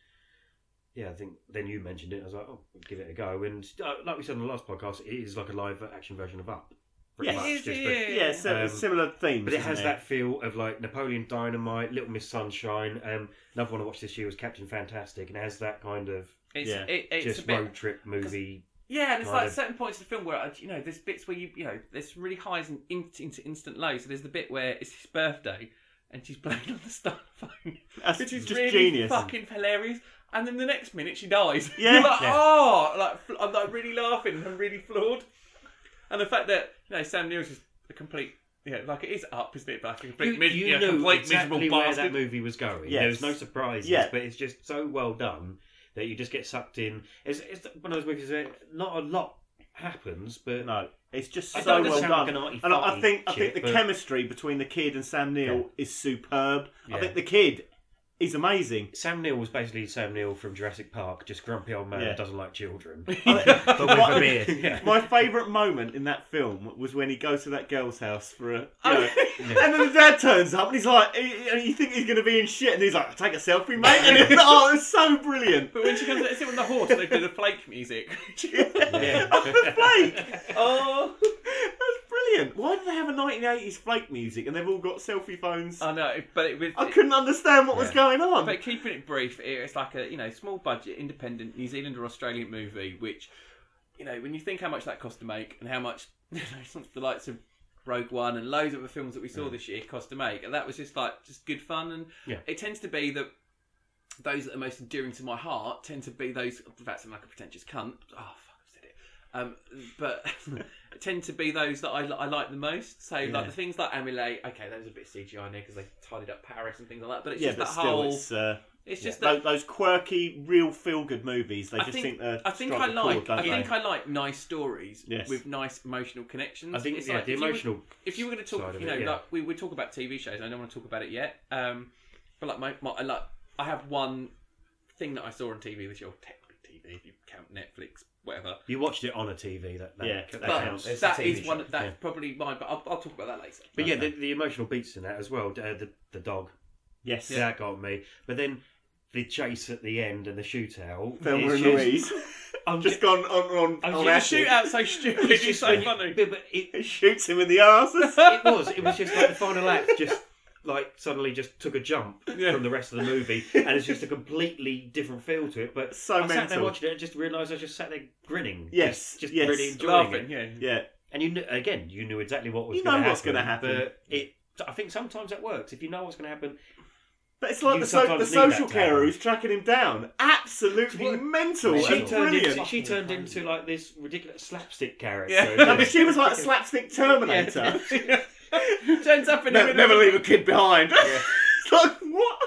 Speaker 4: yeah, I think then you mentioned it. I was like, oh, we'll give it a go. And uh, like we said on the last podcast, it is like a live action version of Up. pretty
Speaker 2: Yes.
Speaker 4: much,
Speaker 3: It is,
Speaker 4: just
Speaker 3: yeah,
Speaker 4: the-
Speaker 2: Yeah, so
Speaker 4: Um,
Speaker 2: similar themes.
Speaker 4: But it
Speaker 2: isn't
Speaker 4: has that feel of like Napoleon Dynamite, Little Miss Sunshine. Um, another one I watched this year was Captain Fantastic, and it has that kind of
Speaker 3: It's,
Speaker 2: Yeah.
Speaker 3: it, it's a
Speaker 4: just
Speaker 3: bit,
Speaker 4: road trip movie.
Speaker 3: Yeah, and it's
Speaker 4: Kind
Speaker 3: like
Speaker 4: of-
Speaker 3: certain points in the film where uh, you know there's bits where you you know there's really highs and in, into instant lows. So there's the bit where it's his birthday and she's [laughs] playing on the styrofoam,
Speaker 2: That's
Speaker 3: which is
Speaker 2: just
Speaker 3: really
Speaker 2: genius.
Speaker 3: fucking hilarious. And then the next minute she dies. [laughs]
Speaker 2: Yeah.
Speaker 3: You're like,
Speaker 4: Yeah.
Speaker 3: oh, like fl- I'm like really laughing. I'm really floored. And the fact that you know Sam Neill's just a complete yeah, like it is up, isn't it? But like a complete, mis- you know, complete miserable
Speaker 4: where
Speaker 3: bastard.
Speaker 4: that movie was going.
Speaker 2: Yes.
Speaker 4: There was no surprises,
Speaker 2: Yeah.
Speaker 4: but it's just so well done that you just get sucked in. It's, it's one of those movies where not a lot happens, but
Speaker 2: No, it's just
Speaker 4: I
Speaker 2: so
Speaker 4: don't
Speaker 2: well
Speaker 4: sound like
Speaker 2: done.
Speaker 4: an arty
Speaker 2: and I, I
Speaker 4: farty
Speaker 2: think I
Speaker 4: chick,
Speaker 2: think the
Speaker 4: but-
Speaker 2: chemistry between the kid and Sam Neill is superb. I
Speaker 4: Yeah.
Speaker 2: think the kid is
Speaker 4: [laughs]
Speaker 2: amazing.
Speaker 4: Sam Neill was basically Sam Neill from Jurassic Park, just grumpy old man
Speaker 2: Yeah.
Speaker 4: that doesn't like children.
Speaker 2: [laughs] I-
Speaker 4: but with
Speaker 2: my-
Speaker 4: a beard. Yeah.
Speaker 2: My favourite moment in that film was when he goes to that girl's house for a, you
Speaker 3: Oh,
Speaker 2: know, and then the dad turns up and he's like, he- and you think he's going to be in shit, and he's like, "Take a selfie, mate," and it's, oh, it's so brilliant.
Speaker 3: [laughs] But when she comes, it's on the horse. They do the flake music. [laughs]
Speaker 2: [laughs] Yeah. the flake. Oh, that's brilliant. Why do they have a 1980s flake music and they've all got selfie phones?
Speaker 3: I know, but it was.
Speaker 2: I couldn't understand what was going on.
Speaker 3: Uh, But keeping it brief, it- it's like a you know small budget, independent New Zealand or Australian movie, which you know when you think how much that cost to make and how much [laughs] you know some of the likes of Rogue One and loads of the films that we saw this year cost to make, and that was just like just good fun. And
Speaker 4: Yeah.
Speaker 3: it tends to be that those that are most endearing to my heart tend to be those. Without sounding like a pretentious cunt. Oh fuck, I've said Um, but [laughs] tend to be those that I, I like the most. So like the things like Amulet, okay, that was a bit CGI in there because they tidied up Paris and things like that. But it's
Speaker 2: yeah,
Speaker 3: just
Speaker 2: but
Speaker 3: that
Speaker 2: still,
Speaker 3: whole.
Speaker 2: it's, uh,
Speaker 3: It's
Speaker 2: yeah.
Speaker 3: just
Speaker 2: Tho-
Speaker 3: that
Speaker 2: those, quirky, real feel-good movies. They
Speaker 3: I
Speaker 2: just
Speaker 3: think,
Speaker 2: think, they're
Speaker 3: I think I
Speaker 2: strike a
Speaker 3: like
Speaker 2: chord, don't
Speaker 3: I think
Speaker 2: they?
Speaker 3: I like nice stories
Speaker 2: Yes.
Speaker 3: with nice emotional connections.
Speaker 4: I think
Speaker 3: It's
Speaker 4: [laughs] yeah,
Speaker 3: like,
Speaker 4: the
Speaker 3: if you were-
Speaker 4: emotional.
Speaker 3: if you were going to
Speaker 4: side
Speaker 3: talk,
Speaker 4: of
Speaker 3: you
Speaker 4: it,
Speaker 3: know,
Speaker 4: yeah.
Speaker 3: like we would talk about TV shows. and I don't want to talk about it yet. Um, but like my, my I like I have one thing that I saw on TV this year, or oh, technically TV if you count Netflix, whatever.
Speaker 4: You watched it on a TV. That, that
Speaker 2: Yeah,
Speaker 4: that
Speaker 2: that
Speaker 3: But
Speaker 2: counts.
Speaker 5: It's a
Speaker 3: that
Speaker 5: TV
Speaker 3: is one.
Speaker 5: show,
Speaker 3: That's
Speaker 4: yeah.
Speaker 3: probably mine. But I'll, I'll talk about that later.
Speaker 4: But yeah, the, the emotional beats in that as well. Uh, the the dog
Speaker 2: Yes,
Speaker 4: that got me. But then the chase at the end and the shootout.
Speaker 2: Thelma
Speaker 4: it's
Speaker 2: and
Speaker 4: just-
Speaker 3: [laughs]
Speaker 2: Louise.
Speaker 4: I'm
Speaker 2: just gone on on.
Speaker 4: I'm
Speaker 2: on
Speaker 3: the
Speaker 2: acid.
Speaker 3: shootout's so stupid.
Speaker 4: [laughs]
Speaker 3: It's
Speaker 4: It's just
Speaker 3: so funny.
Speaker 4: But, but it,
Speaker 2: It shoots him in the arse.
Speaker 3: [laughs]
Speaker 4: it was. It was just like the final act. Just like suddenly just took a jump from the rest of the movie, and it's just a completely different feel to it. But
Speaker 2: So
Speaker 4: I sat there
Speaker 2: mental.
Speaker 4: watching it and just realised I just sat there grinning.
Speaker 2: Yes,
Speaker 4: just, just
Speaker 2: yes,
Speaker 4: really enjoying
Speaker 3: Laughing,
Speaker 4: it.
Speaker 3: yeah.
Speaker 2: yeah,
Speaker 4: And you kn- again, you knew exactly what was.
Speaker 2: You
Speaker 4: gonna
Speaker 2: know what's
Speaker 4: happen,
Speaker 2: gonna happen.
Speaker 4: But it, I think sometimes that works. If you know what's going to happen,
Speaker 2: but it's like
Speaker 4: You
Speaker 2: the, so, the
Speaker 4: sometimes need
Speaker 2: social
Speaker 4: that to happen.
Speaker 2: carer who's tracking him down. Absolutely
Speaker 4: What-
Speaker 2: mental.
Speaker 4: she
Speaker 2: and
Speaker 4: turned
Speaker 2: Oh, brilliant.
Speaker 4: into she turned into like this ridiculous slapstick character.
Speaker 2: No, [laughs] but she was like a slapstick Terminator. [laughs]
Speaker 3: [laughs] Turns up in the
Speaker 2: never,
Speaker 3: middle.
Speaker 2: never leave a kid [laughs] behind. It's like what?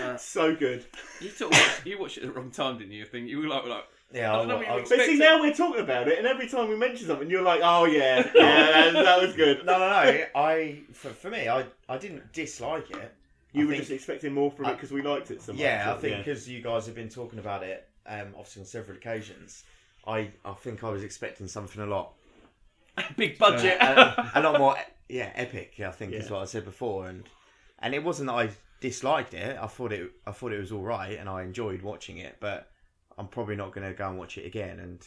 Speaker 3: Uh,
Speaker 2: So good.
Speaker 3: You sort of watched, you watched it at the wrong time, didn't you? I think you were like, like
Speaker 5: Yeah,
Speaker 3: I don't know
Speaker 5: wa-
Speaker 3: what you
Speaker 5: wa-
Speaker 2: But see,
Speaker 3: Expected.
Speaker 2: now we're talking about it, and every time we mention something, you're like, "Oh yeah, yeah, that was good."
Speaker 5: no, no, no. I for, for me, I I didn't dislike it.
Speaker 2: You
Speaker 5: I
Speaker 2: were
Speaker 5: think-
Speaker 2: just expecting more from it
Speaker 5: I-
Speaker 2: because we liked it so much.
Speaker 5: yeah, I
Speaker 2: or-
Speaker 5: think because you guys have been talking about it, um, obviously on several occasions. I, I think I was expecting something a lot
Speaker 3: big budget. [laughs]
Speaker 5: a, a lot more e-, yeah epic I think is
Speaker 2: Yeah.
Speaker 5: what I said before and and it wasn't that I disliked it I thought it I thought it was all right and I enjoyed watching it but I'm probably not going to go and watch it again and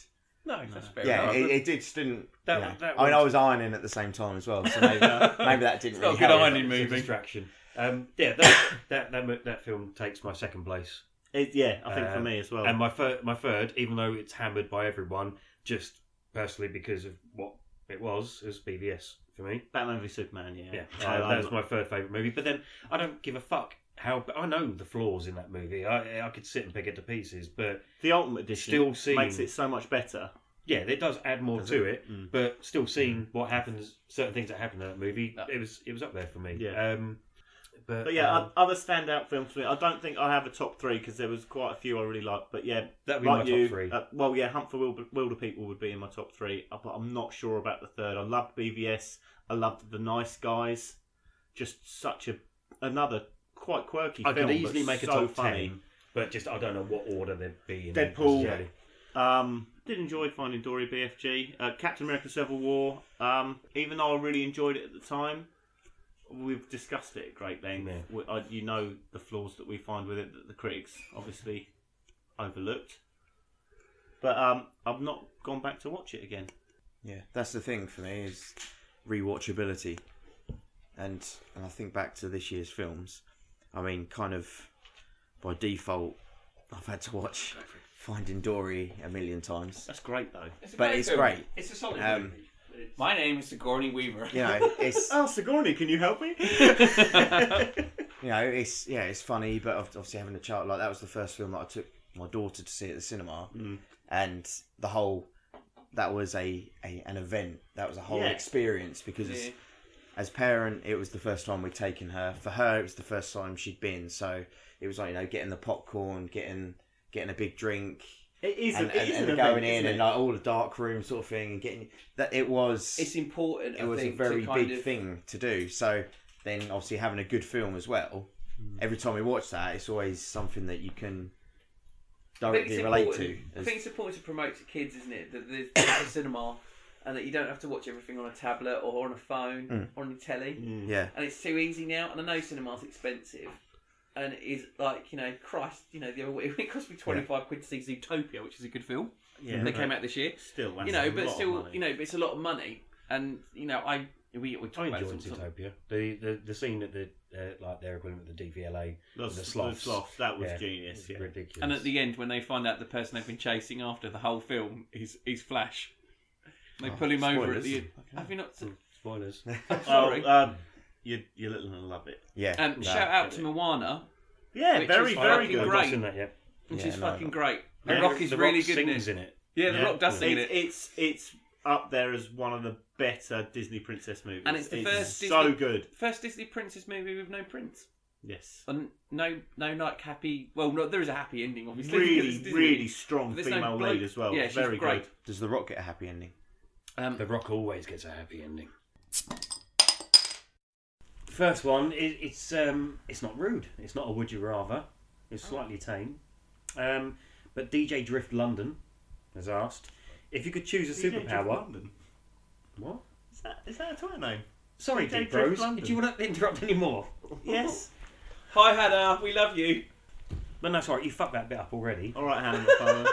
Speaker 3: no, that's fair
Speaker 5: yeah
Speaker 3: enough.
Speaker 5: it, it did didn't
Speaker 4: That-
Speaker 5: you know.
Speaker 4: that
Speaker 5: I mean
Speaker 4: was-
Speaker 5: I was ironing at the same time as well
Speaker 3: [laughs]
Speaker 5: so maybe, maybe that didn't
Speaker 3: It's
Speaker 5: really
Speaker 3: not a good
Speaker 5: help.
Speaker 3: ironing
Speaker 4: It's a
Speaker 3: movie.
Speaker 4: distraction. Um, yeah, that, that that mo- that film takes my second place,
Speaker 2: It- yeah, I think for
Speaker 4: Um,
Speaker 2: me as well.
Speaker 4: and my third, my third, even though it's hammered by everyone, just personally because of what it was, is BVS for me.
Speaker 2: Batman v Superman. Yeah,
Speaker 4: Yeah,
Speaker 2: I-
Speaker 4: uh,
Speaker 2: I'm
Speaker 4: that was
Speaker 2: not-
Speaker 4: my third favorite movie. But then I don't give a fuck how. I know the flaws in that movie. I I could sit and pick it to pieces, but
Speaker 2: the Ultimate Edition.
Speaker 4: Still seen.
Speaker 2: makes it so much better.
Speaker 4: yeah, it does add more
Speaker 5: Does
Speaker 4: to it.
Speaker 2: Mm.
Speaker 4: But still, seeing what happens, certain things that happen in that movie,
Speaker 3: No.
Speaker 4: it was it was up there for me.
Speaker 2: Yeah.
Speaker 4: Um, but,
Speaker 2: But yeah,
Speaker 4: um,
Speaker 2: o- other standout films for me. I don't think I have a top three because there was quite a few I really liked. But yeah,
Speaker 4: that'd be
Speaker 2: like
Speaker 4: my
Speaker 2: you,
Speaker 4: top three.
Speaker 2: Uh, well, yeah, Hunt for Wilder, Wilder People would be in my top three, uh, but I'm not sure about the third. I loved BVS. I loved The Nice Guys. Just such a another quite quirky
Speaker 4: I
Speaker 2: film.
Speaker 4: could easily
Speaker 2: but
Speaker 4: make a
Speaker 2: so
Speaker 4: top
Speaker 2: funny.
Speaker 4: ten, but just I don't know what order they'd be in.
Speaker 2: Deadpool.
Speaker 4: necessarily.
Speaker 2: Um, did enjoy finding Dory BFG. Uh, Captain America Civil War. Um, even though I really enjoyed it at the time, we've discussed it at great length.
Speaker 4: Yeah.
Speaker 2: We, I, you know the flaws that we find with it that the critics obviously overlooked. But um, I've not gone back to watch it again.
Speaker 5: yeah that's the thing for me is rewatchability and and I think back to this year's films I mean kind of by default I've had to watch Finding Dory a million times
Speaker 2: That's great though.
Speaker 7: It's a
Speaker 5: But
Speaker 7: great
Speaker 5: it's
Speaker 7: film.
Speaker 5: great.
Speaker 7: It's a solid
Speaker 5: Um,
Speaker 7: movie. It's-
Speaker 3: My name is Sigourney Weaver. [laughs]
Speaker 5: you know, it's
Speaker 2: Oh, Sigourney, can you [laughs] help me?
Speaker 5: you know, it's yeah, it's funny, but ob- obviously having a child like that was the first film that I took my daughter to see at the cinema,
Speaker 2: Mm.
Speaker 5: and the whole that was a, a an event. That was a whole
Speaker 2: Yeah.
Speaker 5: experience because as, as parent, it was the first time we'd taken her. For her, it was the first time she'd been. So it was like you know, getting the popcorn, getting getting a big drink,
Speaker 2: It is. a,
Speaker 5: and,
Speaker 2: it
Speaker 5: and,
Speaker 2: is
Speaker 5: and
Speaker 2: an
Speaker 5: going
Speaker 2: event,
Speaker 5: in
Speaker 2: isn't
Speaker 5: and
Speaker 2: it?
Speaker 5: like all the dark room sort of thing, and getting that it was
Speaker 3: It's important.
Speaker 5: it
Speaker 3: I
Speaker 5: was a
Speaker 3: think,
Speaker 5: very
Speaker 3: to kind
Speaker 5: big
Speaker 3: of-
Speaker 5: thing to do. So then, obviously, having a good film as well. Every time we watch that, it's always something that you can
Speaker 3: I think it's
Speaker 5: directly relate to.
Speaker 3: important- I
Speaker 5: As-
Speaker 3: think it's important to promote to kids, isn't it? That there's, there's a cinema, and that you don't have to watch everything on a tablet or on a phone
Speaker 5: Mm.
Speaker 3: or on your telly.
Speaker 5: yeah,
Speaker 3: and it's too easy now. And I know cinema's expensive, and it is like you know, Christ, you know, the other week [laughs] it cost me twenty five quid to see Zootopia, which is a good film
Speaker 2: Yeah,
Speaker 3: that came out this year.
Speaker 2: Still, that's
Speaker 3: you know,
Speaker 2: a
Speaker 3: but
Speaker 2: lot of
Speaker 3: still,
Speaker 2: money.
Speaker 3: you know, but it's a lot of money, and you know, I we we
Speaker 4: I
Speaker 3: talk about
Speaker 4: enjoyed
Speaker 3: this all the time.
Speaker 4: Zootopia. The, the the scene at the uh, like their equivalent of the DVLA,
Speaker 2: That's-
Speaker 4: the sloths.
Speaker 2: The sloths. That was
Speaker 4: Yeah,
Speaker 2: genius.
Speaker 4: it's
Speaker 2: Yeah.
Speaker 4: ridiculous.
Speaker 3: And at the end, when they find out the person they've been chasing after the whole film is is Flash, they pull him over at
Speaker 5: Oh, spoilers.
Speaker 3: the end. Have you not? seen-
Speaker 4: spoilers,
Speaker 3: I'm sorry.
Speaker 2: Oh, um, you, you're little and love it.
Speaker 5: yeah.
Speaker 3: um,
Speaker 5: no.
Speaker 3: Shout out to Moana,
Speaker 2: Yeah,
Speaker 3: Which
Speaker 2: very,
Speaker 3: is
Speaker 2: very
Speaker 3: fucking
Speaker 2: good.
Speaker 4: I've
Speaker 3: great.
Speaker 4: not seen that yet.
Speaker 3: which
Speaker 5: Yeah,
Speaker 3: is
Speaker 5: no,
Speaker 3: fucking great.
Speaker 4: Yeah,
Speaker 3: And Rock is
Speaker 4: The
Speaker 3: really
Speaker 4: Rock
Speaker 3: good in
Speaker 4: sings
Speaker 3: it.
Speaker 4: in it.
Speaker 3: Yeah, The
Speaker 4: Yeah.
Speaker 3: Rock does sing in
Speaker 2: It's,
Speaker 3: it.
Speaker 2: it's it's up there as one of the better Disney princess movies,
Speaker 3: And it's the first
Speaker 2: so
Speaker 3: Disney-
Speaker 2: good.
Speaker 3: First Disney princess movie with no prince.
Speaker 2: Yes,
Speaker 3: And no, no, like happy. Well, no, there is a happy ending, obviously. [laughs] because
Speaker 2: really,
Speaker 3: it's Disney.
Speaker 2: really strong
Speaker 3: There's no
Speaker 2: female
Speaker 3: bloke.
Speaker 2: lead as well.
Speaker 3: Yeah, she's
Speaker 2: very
Speaker 3: great.
Speaker 2: good.
Speaker 5: Does The Rock get a happy ending?
Speaker 3: Um,
Speaker 4: The Rock always gets a happy ending. The first one, it, it's um, it's not rude. It's not a would you rather. It's slightly tame. Um, but DJ Drift London has asked if you could choose a superpower. What?
Speaker 2: Is that, is that a toy name?
Speaker 4: Sorry,
Speaker 2: DJ
Speaker 4: Deep
Speaker 2: Drift
Speaker 4: Bros.
Speaker 2: London.
Speaker 4: Do you want to interrupt any more?
Speaker 2: Yes.
Speaker 3: Hi Hannah, we love you.
Speaker 4: No, no, sorry. You fucked that bit up already.
Speaker 2: All right, Hannah [laughs] McFarlane.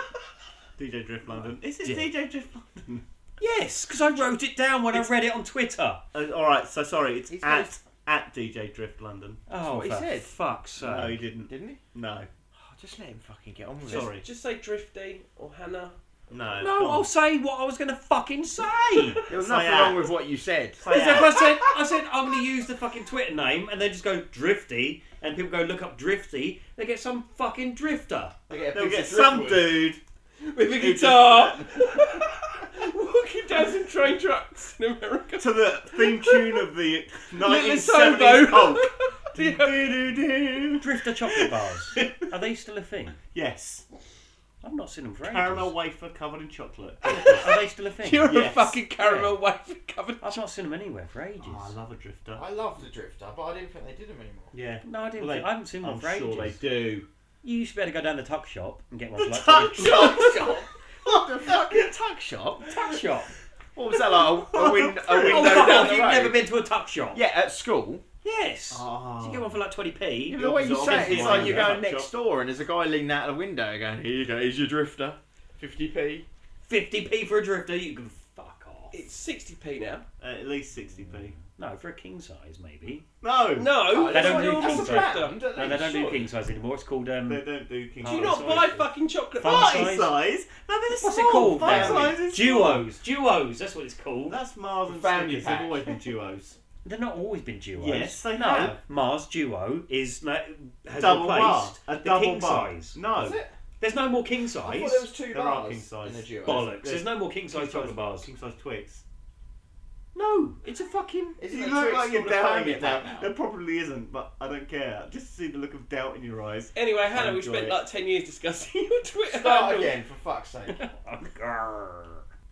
Speaker 2: DJ Drift London. Is it
Speaker 4: Dick.
Speaker 2: DJ Drift London?
Speaker 4: Yes, because I wrote it down when I read it on Twitter.
Speaker 2: [laughs] Uh, all right, so sorry, it's
Speaker 3: He's
Speaker 2: at
Speaker 3: got-
Speaker 2: at DJ Drift London.
Speaker 4: Oh,
Speaker 5: what he
Speaker 4: for
Speaker 5: said.
Speaker 4: fuck's
Speaker 2: no, he
Speaker 4: sake.
Speaker 2: didn't.
Speaker 5: Didn't he?
Speaker 2: No,
Speaker 5: just let him fucking get on with
Speaker 2: it. Sorry.
Speaker 7: Just say Drifty or Hannah.
Speaker 2: no.
Speaker 4: No,
Speaker 3: oh,
Speaker 4: I'll say what I was going to fucking say.
Speaker 5: There was
Speaker 2: Say
Speaker 5: nothing
Speaker 2: out.
Speaker 5: wrong with what you said.
Speaker 4: Because if I said, I said I'm going to use the fucking Twitter name and then just go Drifty, and people go look up Drifty, they get some fucking drifter.
Speaker 2: They'll get some dude.
Speaker 3: With a
Speaker 2: who
Speaker 7: [laughs]
Speaker 2: just-
Speaker 3: guitar, walking down some train tracks in America.
Speaker 2: to the theme tune of [laughs] the
Speaker 3: Little
Speaker 2: 1970s
Speaker 3: Sobo.
Speaker 2: [laughs] Hulk.
Speaker 3: Yeah.
Speaker 2: Do-do-do.
Speaker 4: Drifter
Speaker 2: [laughs]
Speaker 4: chocolate bars. Are they still a thing?
Speaker 2: yes,
Speaker 4: I've not seen them for ages.
Speaker 2: caramel wafer covered in chocolate.
Speaker 4: Are they still a thing?
Speaker 3: You're
Speaker 2: Yes.
Speaker 3: a fucking caramel wafer covered.
Speaker 4: I've not seen them anywhere for ages.
Speaker 2: Oh, I love a drifter.
Speaker 8: I loved the Drifter, but I didn't think they did them
Speaker 5: [laughs]
Speaker 8: anymore.
Speaker 2: Yeah,
Speaker 4: no, I didn't.
Speaker 2: Well, they-
Speaker 4: I haven't seen them
Speaker 2: I'm
Speaker 4: for
Speaker 2: sure they
Speaker 4: ages.
Speaker 2: do.
Speaker 4: You used to be able to go down the tuck shop and get one. for
Speaker 2: Tuck
Speaker 4: like [laughs]
Speaker 2: shop.
Speaker 5: The fucking tuck shop?
Speaker 4: tuck shop.
Speaker 2: [laughs]
Speaker 5: What was that like? A, a, [laughs] win- a window
Speaker 4: Oh, fuck
Speaker 5: down
Speaker 4: off!
Speaker 5: the
Speaker 4: You've
Speaker 5: road?
Speaker 4: never been to a tuck shop.
Speaker 5: Yeah, at school.
Speaker 4: Yes.
Speaker 2: Oh.
Speaker 4: So you get one for like twenty p.
Speaker 5: the way you say it, it's
Speaker 2: Yeah.
Speaker 5: like you're
Speaker 2: Yeah.
Speaker 5: going next door and there's a guy leaning out of the window going, Here you go, here's your drifter. 50p.
Speaker 4: Fifty p for a drifter. You can fuck off.
Speaker 7: It's 60p now.
Speaker 2: at least 60p.
Speaker 4: No, for a king size maybe.
Speaker 2: No,
Speaker 7: No,
Speaker 4: Oh, They
Speaker 7: that's
Speaker 4: don't
Speaker 7: not
Speaker 4: do
Speaker 7: normal
Speaker 4: king
Speaker 7: stuff.
Speaker 4: size.
Speaker 7: Don't
Speaker 8: at
Speaker 4: No, they
Speaker 8: least,
Speaker 4: don't do
Speaker 8: surely.
Speaker 4: king size anymore. It's called um.
Speaker 2: they don't do King.
Speaker 7: Do you
Speaker 4: Oh,
Speaker 7: not
Speaker 4: sorry.
Speaker 7: buy fucking chocolate
Speaker 4: Fun
Speaker 7: bars?
Speaker 2: party
Speaker 4: size?
Speaker 2: size? No, they're
Speaker 4: What's
Speaker 2: small.
Speaker 4: it called?
Speaker 2: Party
Speaker 4: now?
Speaker 2: size is small.
Speaker 4: duos. Duos. That's what it's called.
Speaker 2: That's Mars and
Speaker 8: Family
Speaker 2: Snickers.
Speaker 8: pack.
Speaker 2: They've always been duos.
Speaker 4: They're not always been duos.
Speaker 2: Yes, they
Speaker 4: no.
Speaker 2: have.
Speaker 4: Mars Duo is no, has
Speaker 2: double
Speaker 4: replaced
Speaker 2: bar. A
Speaker 4: the
Speaker 2: double
Speaker 4: king
Speaker 2: bar.
Speaker 4: size.
Speaker 2: No.
Speaker 8: it?
Speaker 4: There's no more king
Speaker 8: I
Speaker 4: size.
Speaker 8: thought there was two
Speaker 2: There are king
Speaker 8: bars
Speaker 2: size.
Speaker 8: in the duo.
Speaker 4: Bollocks. There's no more king size
Speaker 2: King-size-
Speaker 4: chocolate bars.
Speaker 2: King size Twix.
Speaker 4: No, it's a fucking.
Speaker 8: Isn't
Speaker 2: You
Speaker 8: it
Speaker 2: look
Speaker 8: Twix
Speaker 2: like you're
Speaker 8: called a
Speaker 2: doubting
Speaker 8: faggot
Speaker 2: it now.
Speaker 8: now?
Speaker 2: There probably isn't, but I don't care. Just see the look of doubt in your eyes.
Speaker 7: Anyway, Hannah, we
Speaker 2: enjoy
Speaker 7: spent
Speaker 2: it.
Speaker 7: like 10 years discussing [laughs] your Twitter
Speaker 8: Start
Speaker 7: handle.
Speaker 8: again, for fuck's
Speaker 5: [laughs]
Speaker 8: sake.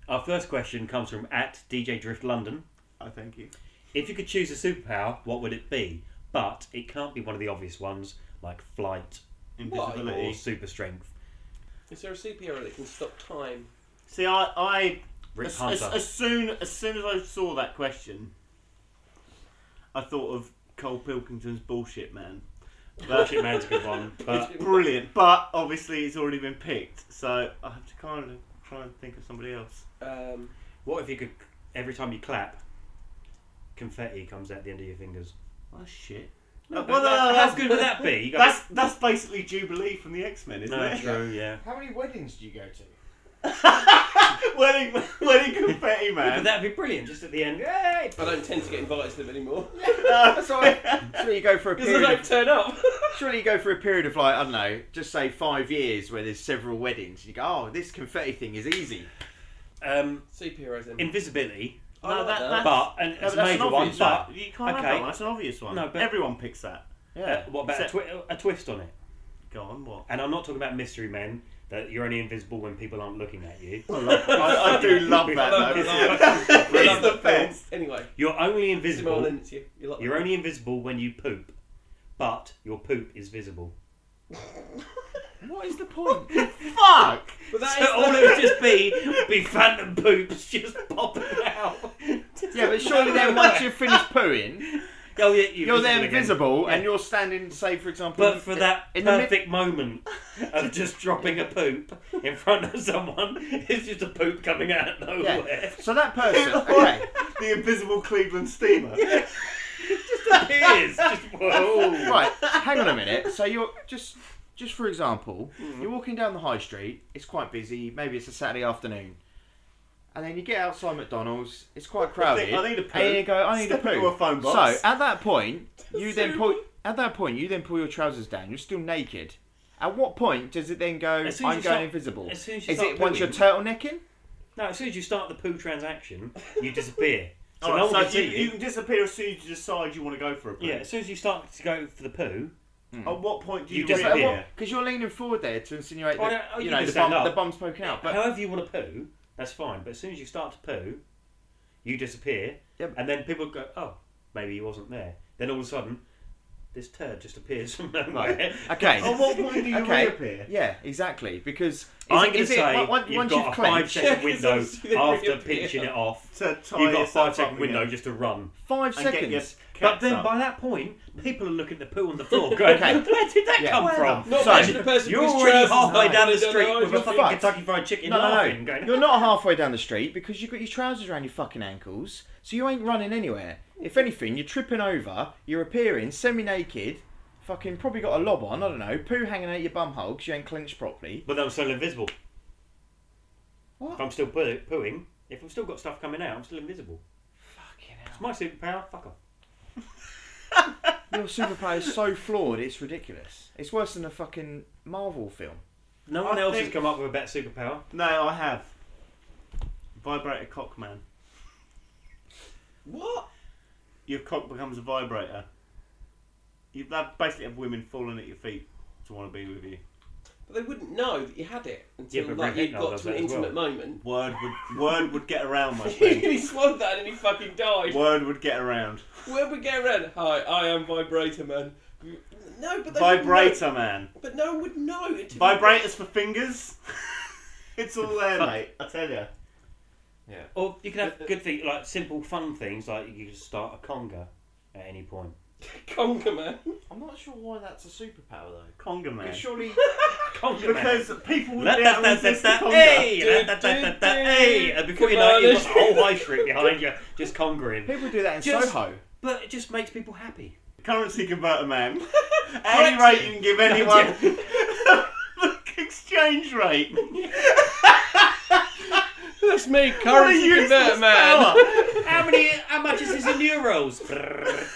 Speaker 4: Our first question comes from at DJ Drift London.
Speaker 2: I thank you.
Speaker 4: If you could choose a superpower, what would it be? But it can't be one of the obvious ones like flight
Speaker 2: Invisibility.
Speaker 4: or super strength.
Speaker 7: Is there a superhero that can stop time?
Speaker 2: See, I, I
Speaker 4: Rip
Speaker 2: as, as,
Speaker 4: Hunter.
Speaker 2: as soon as soon as I saw that question, I thought of Cole Pilkington's bullshit man. But-
Speaker 4: Bullshit man's a good one.
Speaker 2: [laughs]
Speaker 4: But
Speaker 2: Brilliant, but obviously it's already been picked, so I have to kind of try and think of somebody else.
Speaker 7: Um,
Speaker 4: What if you could, every time you clap, confetti comes out the end of your fingers?
Speaker 2: Oh shit! Uh,
Speaker 4: No,
Speaker 2: well,
Speaker 4: that-
Speaker 2: no,
Speaker 4: how
Speaker 2: that's-
Speaker 4: good would that be? You got-
Speaker 2: That's that's basically Jubilee from the X Men, isn't
Speaker 4: no,
Speaker 2: it?
Speaker 4: true, yeah.
Speaker 8: How many weddings do you go to?
Speaker 2: [laughs] wedding, wedding confetti
Speaker 4: But
Speaker 2: man.
Speaker 4: that'd be brilliant, just at the end. Yay!
Speaker 7: I don't tend to get invited to them anymore. [laughs]
Speaker 5: That's why. Surely you go [laughs] for a
Speaker 7: Because I
Speaker 5: period.
Speaker 7: don't
Speaker 5: Of,
Speaker 7: turn up. [laughs]
Speaker 5: surely you go for a period of like I don't know, just say five years where there's several weddings. And you go, oh, this confetti thing is easy.
Speaker 4: Um,
Speaker 7: superheroes then.
Speaker 4: invisibility,
Speaker 7: I like
Speaker 2: that- that-
Speaker 4: but and
Speaker 2: No,
Speaker 4: it's
Speaker 2: but
Speaker 4: a major one.
Speaker 2: obvious
Speaker 4: But uh,
Speaker 2: You can't have
Speaker 4: okay.
Speaker 2: that one. That's an obvious one.
Speaker 4: No, but-
Speaker 2: everyone picks that.
Speaker 4: uh, what about a,
Speaker 2: Except-
Speaker 4: twi- a twist on it?
Speaker 2: Go on,
Speaker 4: [laughs]
Speaker 2: what?
Speaker 4: And I'm not talking about mystery men that you're only invisible when people aren't looking at you.
Speaker 2: I, I do love that
Speaker 4: [laughs]
Speaker 7: love
Speaker 2: though.
Speaker 7: that. I love
Speaker 2: It's the
Speaker 7: that film.
Speaker 2: best.
Speaker 7: Anyway,
Speaker 4: You're only invisible.
Speaker 7: Simone, it's you. You like
Speaker 4: You're only invisible when you poop, but your poop is [laughs] visible.
Speaker 5: What is
Speaker 4: [laughs]
Speaker 5: the point?
Speaker 2: Fuck!
Speaker 7: But that
Speaker 4: So
Speaker 7: is
Speaker 4: all
Speaker 7: the-
Speaker 4: it would just be would be phantom poops just popping out.
Speaker 5: [laughs]
Speaker 4: [laughs]
Speaker 5: yeah, but surely then once you've finished pooing,
Speaker 4: Oh, yeah, you're,
Speaker 5: you're then
Speaker 4: visible again.
Speaker 5: visible
Speaker 4: Yeah.
Speaker 5: and you're standing, say for example,
Speaker 4: But for that
Speaker 5: [laughs] in the mid-
Speaker 4: perfect moment of just dropping a poop in front of someone, it's just a poop coming out of [laughs]
Speaker 5: Yeah.
Speaker 4: nowhere.
Speaker 5: [laughs] So that person, okay,
Speaker 2: the invisible Cleveland
Speaker 4: [laughs]
Speaker 2: steamer.
Speaker 4: It is just whoa.
Speaker 5: right, hang on a minute. So you're just, just for example,
Speaker 4: Mm-hmm.
Speaker 5: you're walking down the high street. It's quite busy. Maybe it's a Saturday afternoon, and then you get outside McDonald's. It's quite crowded.
Speaker 2: I need a poo.
Speaker 5: And you go, I need
Speaker 2: Step
Speaker 5: a poo.
Speaker 2: into a phone box.
Speaker 5: So at that point, you then pull. At that point, you then pull your trousers down. You're still naked. At what point does it then go? I'm
Speaker 4: As soon as
Speaker 5: going
Speaker 4: you start-
Speaker 5: invisible.
Speaker 4: as soon as you
Speaker 5: Is
Speaker 4: start
Speaker 5: it once
Speaker 4: pooing.
Speaker 5: you're turtlenecking?
Speaker 4: No, as soon as you start the poo transaction, you [laughs] disappear. Oh, So
Speaker 2: Alright,
Speaker 4: no one
Speaker 2: so
Speaker 4: can
Speaker 2: you,
Speaker 4: see you.
Speaker 2: you can disappear as soon as you decide you want to go for a poo.
Speaker 4: Yeah, as soon as you start to go for the poo,
Speaker 2: At what point do
Speaker 4: You
Speaker 2: you,
Speaker 4: disappear.
Speaker 2: reappear?
Speaker 5: Because you're leaning forward there to insinuate
Speaker 4: Well,
Speaker 5: that
Speaker 4: no,
Speaker 5: you
Speaker 4: oh, you
Speaker 5: know
Speaker 4: can
Speaker 5: the,
Speaker 4: stand
Speaker 5: bum,
Speaker 4: up.
Speaker 5: the bum's poking out. But
Speaker 4: however you want to poo, that's fine. But as soon as you start to poo, you disappear,
Speaker 5: Yeah, but-
Speaker 4: and then people go, "Oh, maybe he wasn't there." Then all of a sudden, this turd just appears from [laughs] nowhere. "Oh,
Speaker 5: okay.
Speaker 9: Oh,
Speaker 2: At
Speaker 5: [laughs]
Speaker 2: what point do you
Speaker 5: Okay.
Speaker 2: reappear?
Speaker 5: Yeah, exactly. Because
Speaker 4: I'm going
Speaker 5: is it-
Speaker 4: to
Speaker 5: is it-
Speaker 4: say
Speaker 5: on- on-
Speaker 4: you've
Speaker 5: once
Speaker 4: got a five
Speaker 5: you've [laughs] clenched,
Speaker 4: second window
Speaker 3: they
Speaker 4: after
Speaker 3: reappear.
Speaker 4: pinching it off.
Speaker 2: To tie
Speaker 4: You've got a
Speaker 2: yourself
Speaker 4: five
Speaker 2: up
Speaker 4: second window
Speaker 2: again
Speaker 4: just to run.
Speaker 5: five
Speaker 2: and get
Speaker 5: seconds.
Speaker 2: your
Speaker 4: But
Speaker 2: cats
Speaker 4: then
Speaker 2: up.
Speaker 4: by that point, people are looking at the poo on the floor going,
Speaker 5: [laughs] Okay.
Speaker 4: where did that
Speaker 5: Yeah.
Speaker 4: come
Speaker 5: Well,
Speaker 4: from?
Speaker 3: Not
Speaker 5: So,
Speaker 3: mention the person
Speaker 4: You're
Speaker 3: whose
Speaker 4: already
Speaker 3: trousers
Speaker 4: halfway
Speaker 3: are
Speaker 4: down the
Speaker 3: hidden
Speaker 4: street
Speaker 3: under
Speaker 4: with a
Speaker 3: your
Speaker 4: fucking
Speaker 5: fucked.
Speaker 4: Kentucky Fried Chicken
Speaker 5: No,
Speaker 4: laughing,
Speaker 5: no, no.
Speaker 4: going,
Speaker 5: You're not halfway down the street because you've got your trousers around your fucking ankles, so you ain't running anywhere. If anything, you're tripping over, you're appearing semi naked, fucking probably got a lob on, I don't know, poo hanging out your bum hole 'cause you ain't clenched properly.
Speaker 4: But then I'm still invisible.
Speaker 5: What?
Speaker 4: If I'm still poo- pooing, if I've still got stuff coming out, I'm still invisible. Fucking hell. It's my superpower. Fuck off.
Speaker 5: Your superpower
Speaker 4: [laughs]
Speaker 5: is so flawed, it's ridiculous. It's worse than a fucking Marvel film.
Speaker 4: No one
Speaker 2: I
Speaker 4: else
Speaker 2: think-
Speaker 4: has come up with a better superpower.
Speaker 2: No, I have. Vibrator cock man.
Speaker 3: What?
Speaker 2: Your cock becomes a vibrator. You have basically have women falling at your feet to want to be with you.
Speaker 3: But they wouldn't know that you had it until
Speaker 4: Yeah, but
Speaker 3: like
Speaker 4: Brett
Speaker 3: you'd
Speaker 4: Hitler
Speaker 3: got
Speaker 4: does
Speaker 3: to an
Speaker 4: that as well.
Speaker 3: intimate moment. [laughs]
Speaker 2: Word would word would get around
Speaker 4: [laughs]
Speaker 2: my friend.
Speaker 3: he swallowed that and he fucking died.
Speaker 2: Word would get
Speaker 4: [laughs]
Speaker 2: around.
Speaker 3: Where we get around? Hi, I am Vibrator Man. No, but they wouldn't
Speaker 2: Vibrator man.
Speaker 3: know- But no one would know. until-
Speaker 2: Vibrators for fingers. [laughs] it's all there, mate. I tell Uh, you.
Speaker 4: Or you can have good things, like simple fun things, like you can start a conga at any point.
Speaker 3: Conquer Man. [laughs]
Speaker 9: I'm not sure why that's a superpower though.
Speaker 2: Conga
Speaker 9: [laughs]
Speaker 2: man.
Speaker 9: Surely
Speaker 4: Conga
Speaker 2: Oh, Because people would
Speaker 4: La-
Speaker 2: be
Speaker 4: da-
Speaker 2: able to
Speaker 4: da- da-
Speaker 2: resist the
Speaker 4: da-
Speaker 2: conga.
Speaker 4: hey, la- da- da- da- da- hey, and Before you know it, you've got the whole high street behind you, just congering.
Speaker 5: People do that in
Speaker 4: Just-
Speaker 5: Soho.
Speaker 4: But it just makes people happy.
Speaker 2: Currency converter man. Any rate you can give anyone. [laughs] Look, exchange rate.
Speaker 3: That's me,
Speaker 2: What a
Speaker 3: currency
Speaker 2: useless
Speaker 3: converter man.
Speaker 2: power.
Speaker 4: How many? How much is this in euros? Brrrr.